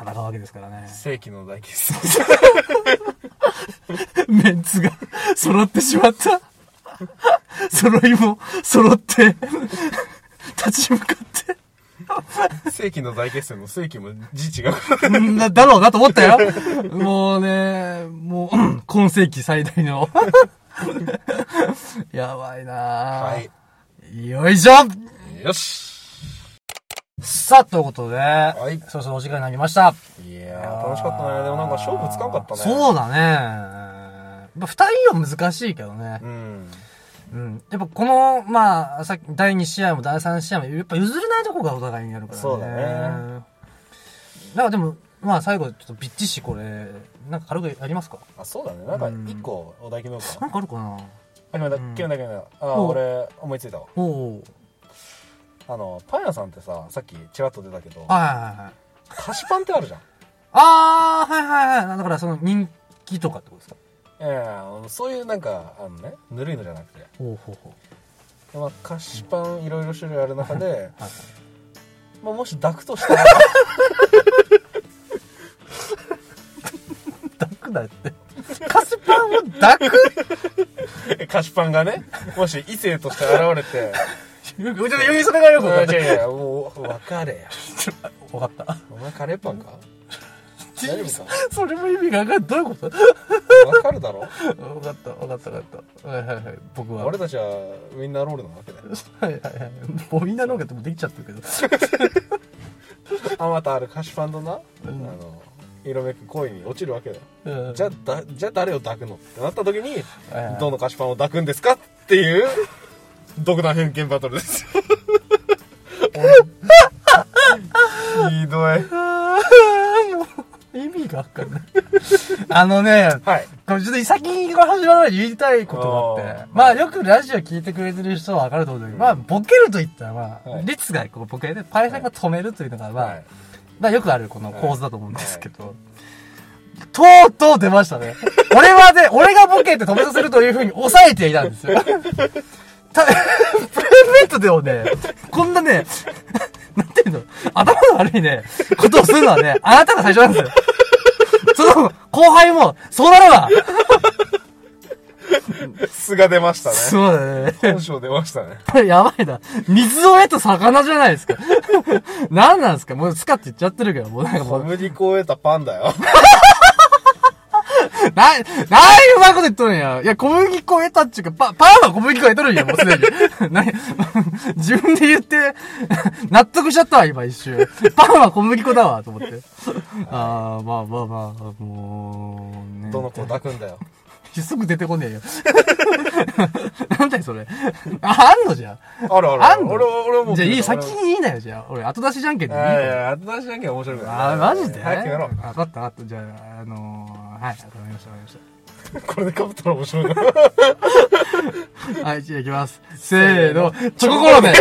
Speaker 1: 戦うわけですからね。
Speaker 2: 世紀の大決戦。
Speaker 1: <laughs>
Speaker 2: <laughs>
Speaker 1: メンツが <laughs> 揃ってしまった。 <laughs> 揃いも揃って、 <laughs> 立ち向かって。
Speaker 2: 世紀の大決戦の世紀も字違う。
Speaker 1: うんな、だろうなと思ったよ。 <laughs> もうね、もう、うん <clears throat> 今世紀最大 <laughs> の。やばいな
Speaker 2: は。
Speaker 1: はいよいしょ
Speaker 2: よし。
Speaker 1: さあ、ということで、
Speaker 2: い
Speaker 1: そろそろお時間になりました。
Speaker 2: いやー、楽しかったね。でもなんか勝負つかんかったね。
Speaker 1: そうだね。まあ二人は難しいけどね
Speaker 2: う。ん。
Speaker 1: うん。やっぱこの、まあ、さっき第2試合も第3試合も、やっぱ譲れないとこがお互いにあるからね。
Speaker 2: そうだね
Speaker 1: なんかでも、まあ最後、ちょっとビッチしこれ、なんか軽くやりますか
Speaker 2: あ、そうだね。なんか一個お題決めよう
Speaker 1: なん
Speaker 2: か。
Speaker 1: かあるかな
Speaker 2: あ、決めた、決めた、決めた。あ、
Speaker 1: お
Speaker 2: 俺、思いついたわ。
Speaker 1: おお
Speaker 2: あの、パン屋さんってさ、さっきちらっと出たけど、
Speaker 1: はいはいはいはい。
Speaker 2: 菓子パンってあるじゃん。
Speaker 1: あー、はいはいはい。だからその人気とかってことですか
Speaker 2: ええ、そういうなんか、あのね、ぬるいのじゃなくて。
Speaker 1: ほうほうほう。
Speaker 2: まあ、菓子パンいろいろ種類ある中で、
Speaker 1: はいはい
Speaker 2: まあ、もし抱くとしたら、
Speaker 1: 抱くだって。カスパンを抱く
Speaker 2: <laughs> 菓子パンがね、もし異性として現れて、
Speaker 1: よく、ちょっとよくそれがよく
Speaker 2: あ
Speaker 1: 分
Speaker 2: い
Speaker 1: かっ
Speaker 2: やいや、もう、別れや。
Speaker 1: た。わかった。
Speaker 2: お前カレーパンか大丈夫か
Speaker 1: それも意味が分かる。どういうこと
Speaker 2: わかるだろ
Speaker 1: 分かった、分かった、分かった。はいはいはい。僕は。
Speaker 2: 俺たちはウィンナーロールなわけだよ
Speaker 1: はいはいはい。ボイナーロケットもできちゃってるけど。
Speaker 2: あまたある菓子パンとな、
Speaker 1: ん
Speaker 2: あの色めく恋に落ちるわけだよ
Speaker 1: うん
Speaker 2: じゃあだじゃあ誰を抱くのってなった時に
Speaker 1: はいはい
Speaker 2: どの菓子パンを抱くんですかっていう独断偏見バトルですよひどい
Speaker 1: あーもう、意味が分かんない。あのね、
Speaker 2: はい
Speaker 1: これちょっと先にこれ始まる前に言いたいことがあって
Speaker 2: おー、
Speaker 1: まあよくラジオ聞いてくれてる人は分かると思うんだけど、まあボケると言ったらまあ、
Speaker 2: はい
Speaker 1: 率がこうボケで、パイセンが止めるというのがまあ、
Speaker 2: はい
Speaker 1: まあよくあるこの構図だと思うんですけど、とうとう出ましたね。俺はね、 <laughs> 俺がボケて止めさせるというふうに抑えていたん <laughs> ですよ。たプライベートでもね、こんなね、 <laughs> なんていうの、頭の悪いね、ことをするのはね、あなたが最初なんですよ。その後輩も、そうなれば、
Speaker 2: 素が出ましたね
Speaker 1: そうだね。
Speaker 2: 本性出ましたね
Speaker 1: これやばいな。水を得た魚じゃないですか。 <laughs> 何なんですかもうスカって言っちゃってるけど、もうなんかも
Speaker 2: 小
Speaker 1: う、
Speaker 2: 麦粉を得たパンだよ
Speaker 1: な、な <laughs> いうまいこと言っとるんや。いや、小麦粉を得たっていうか、パ、パンは小麦粉を得とるんや、もうすでに。 <laughs> な、自分で言って、 <laughs> 納得しちゃったわ、今一瞬。パンは小麦粉だわ、と思って。あー、まあまあまあ、もう、ね。
Speaker 2: どの子を抱くんだよ
Speaker 1: すぐ出てこねえよ。 <laughs> なんだよ、それ。あ、あんのじゃん。
Speaker 2: あるある
Speaker 1: あんの
Speaker 2: 俺は俺はもう
Speaker 1: じゃあいい、
Speaker 2: 決め
Speaker 1: 先
Speaker 2: た
Speaker 1: にいいなよ、じゃあ。俺、後出しじゃんけんでいい
Speaker 2: 俺はいやい
Speaker 1: よ。
Speaker 2: や後出しじゃんけん面白いから
Speaker 1: あー、マジで
Speaker 2: 早くやろう
Speaker 1: 分かった、分かった。じゃあ、あのー、はい、わかりました、わかりまし
Speaker 2: これでかぶったら
Speaker 1: <laughs>
Speaker 2: 面白いな
Speaker 1: た。 <laughs> はい、じゃあ行きます。せーの、チョココロネ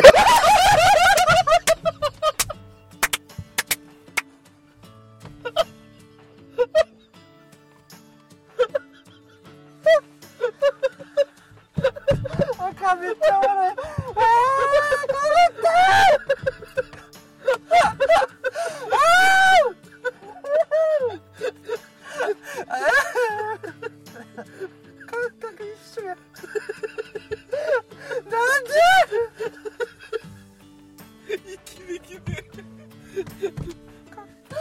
Speaker 1: 赤めっちゃ笑い。 <laughs> 感覚一緒や。なんで息できねえ。あ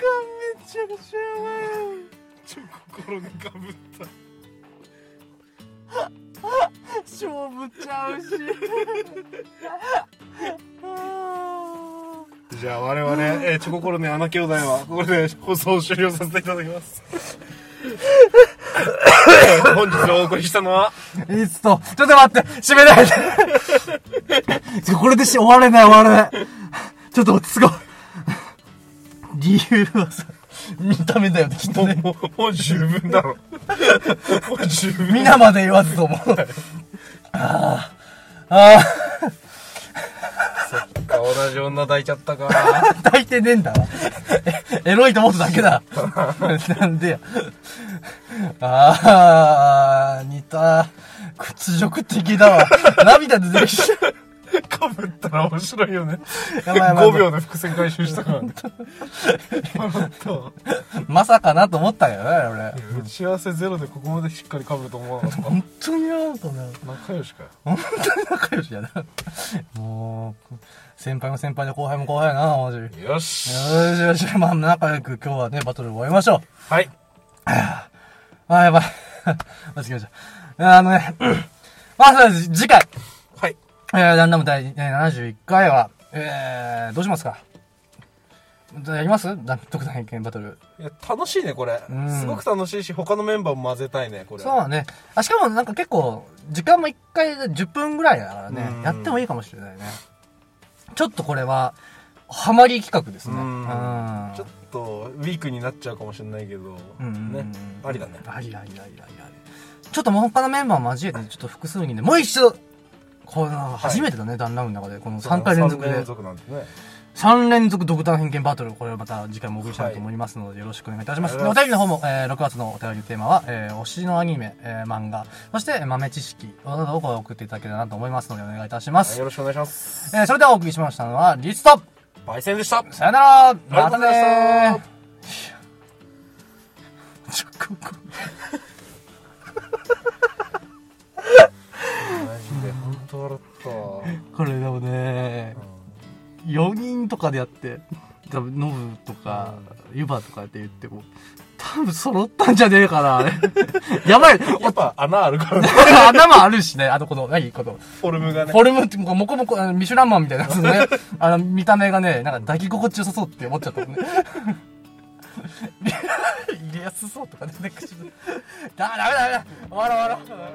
Speaker 1: かんめちゃくちゃやばい。
Speaker 2: ちょ心でかぶった
Speaker 1: 勝負ちゃうし。
Speaker 2: じゃあ我々、えーチョココロネ穴兄弟はここで放送を終了させていただきます <laughs> 本日お送りしたのはい
Speaker 1: っと、ちょっと待って、閉めないで。ちょこれでし終われない、終われない。ちょっと落ち着こう。理由はさ、見た目だよね、きっとね。
Speaker 2: もうもう十分だ <laughs> ろもう十 <laughs> 分
Speaker 1: 皆まで言わずとも。ああ、あ
Speaker 2: 同じ女抱いちゃったか <laughs>
Speaker 1: あ、 <laughs> 抱いてねえんだわ。えエロいと思っただけだ。なんでや。ああ、似た。屈辱的だわ。涙出てきちゃう。
Speaker 2: かぶったら面白いよね。
Speaker 1: やばいやばいやばい
Speaker 2: 5秒で伏線回収したから。笑っ
Speaker 1: まさかなと思ったけどね、俺
Speaker 2: た。。打ち合わせゼロでここまでしっかりかぶると思わなかった。
Speaker 1: 本当になんかな。
Speaker 2: 仲良しかよ。
Speaker 1: 本当に仲良しやな。もう、先輩も先輩で後輩も後輩やな、マジ。よ
Speaker 2: よし。
Speaker 1: しよし、まあ仲良く今日はね、バトル終わりましょう。
Speaker 2: はい。
Speaker 1: あ <laughs> ー、やばい。間違えちゃった。あのね、 <clears throat> まあ、そうです次回、
Speaker 2: はい。
Speaker 1: えー、ランダム第えー71回は、えー、どうしますかやりますだ特段偏見バトル。
Speaker 2: いや楽しいね、これ
Speaker 1: う。ん
Speaker 2: すごく楽しいし、他のメンバーも混ぜたいね、これ。
Speaker 1: そうだね。あ、しかもなんか結構、時間も1回で10分ぐらいだからね
Speaker 2: うん、
Speaker 1: やってもいいかもしれないね。ちょっとこれは、ハマり企画ですね。
Speaker 2: うん
Speaker 1: うん
Speaker 2: ちょっと、ウィークになっちゃうかもしれないけど、
Speaker 1: うん
Speaker 2: ね。ありだね。
Speaker 1: ありありありありありちょっともう他のメンバーも交えてちょっと複数人でもう一度この初めてだね、ダンラウンの中でこの3回連続
Speaker 2: 三回
Speaker 1: で
Speaker 2: 連続なんですね。
Speaker 1: 3連続独断偏見バトルこれをまた次回もお送りしたいと思いますのでよろしくお願いいたします、
Speaker 2: はい
Speaker 1: お便りの方も、えー6月のお便りテーマは、えー推しのアニメ、えー漫画そして豆知識などをこう送っていただけたらなと思いますのでお願いいたしま
Speaker 2: はい
Speaker 1: す、
Speaker 2: よろしくお願いします。
Speaker 1: えーそれではお送りしましたのはリスト
Speaker 2: 焙煎でした。
Speaker 1: さよなら
Speaker 2: が
Speaker 1: ま
Speaker 2: と
Speaker 1: た
Speaker 2: うございました
Speaker 1: ねー <laughs> ちょここ
Speaker 2: マジで、本当
Speaker 1: <laughs>
Speaker 2: 笑ったわ。
Speaker 1: これでもね4人とかでやって多分ノブとかユバとかって言っても多分揃ったんじゃねえかなあれ <laughs> やばい
Speaker 2: やっぱ穴あるからね。
Speaker 1: 穴もあるしねあのこの何この
Speaker 2: フォルムがね
Speaker 1: フ。ォルムってもこもこあのミシュランマンみたいなやつねあの見た目がねなんか抱き心地よさそうって思っちゃったもん <laughs> ね入れやすそうとかね口であダメだダメだ終わろう終わろう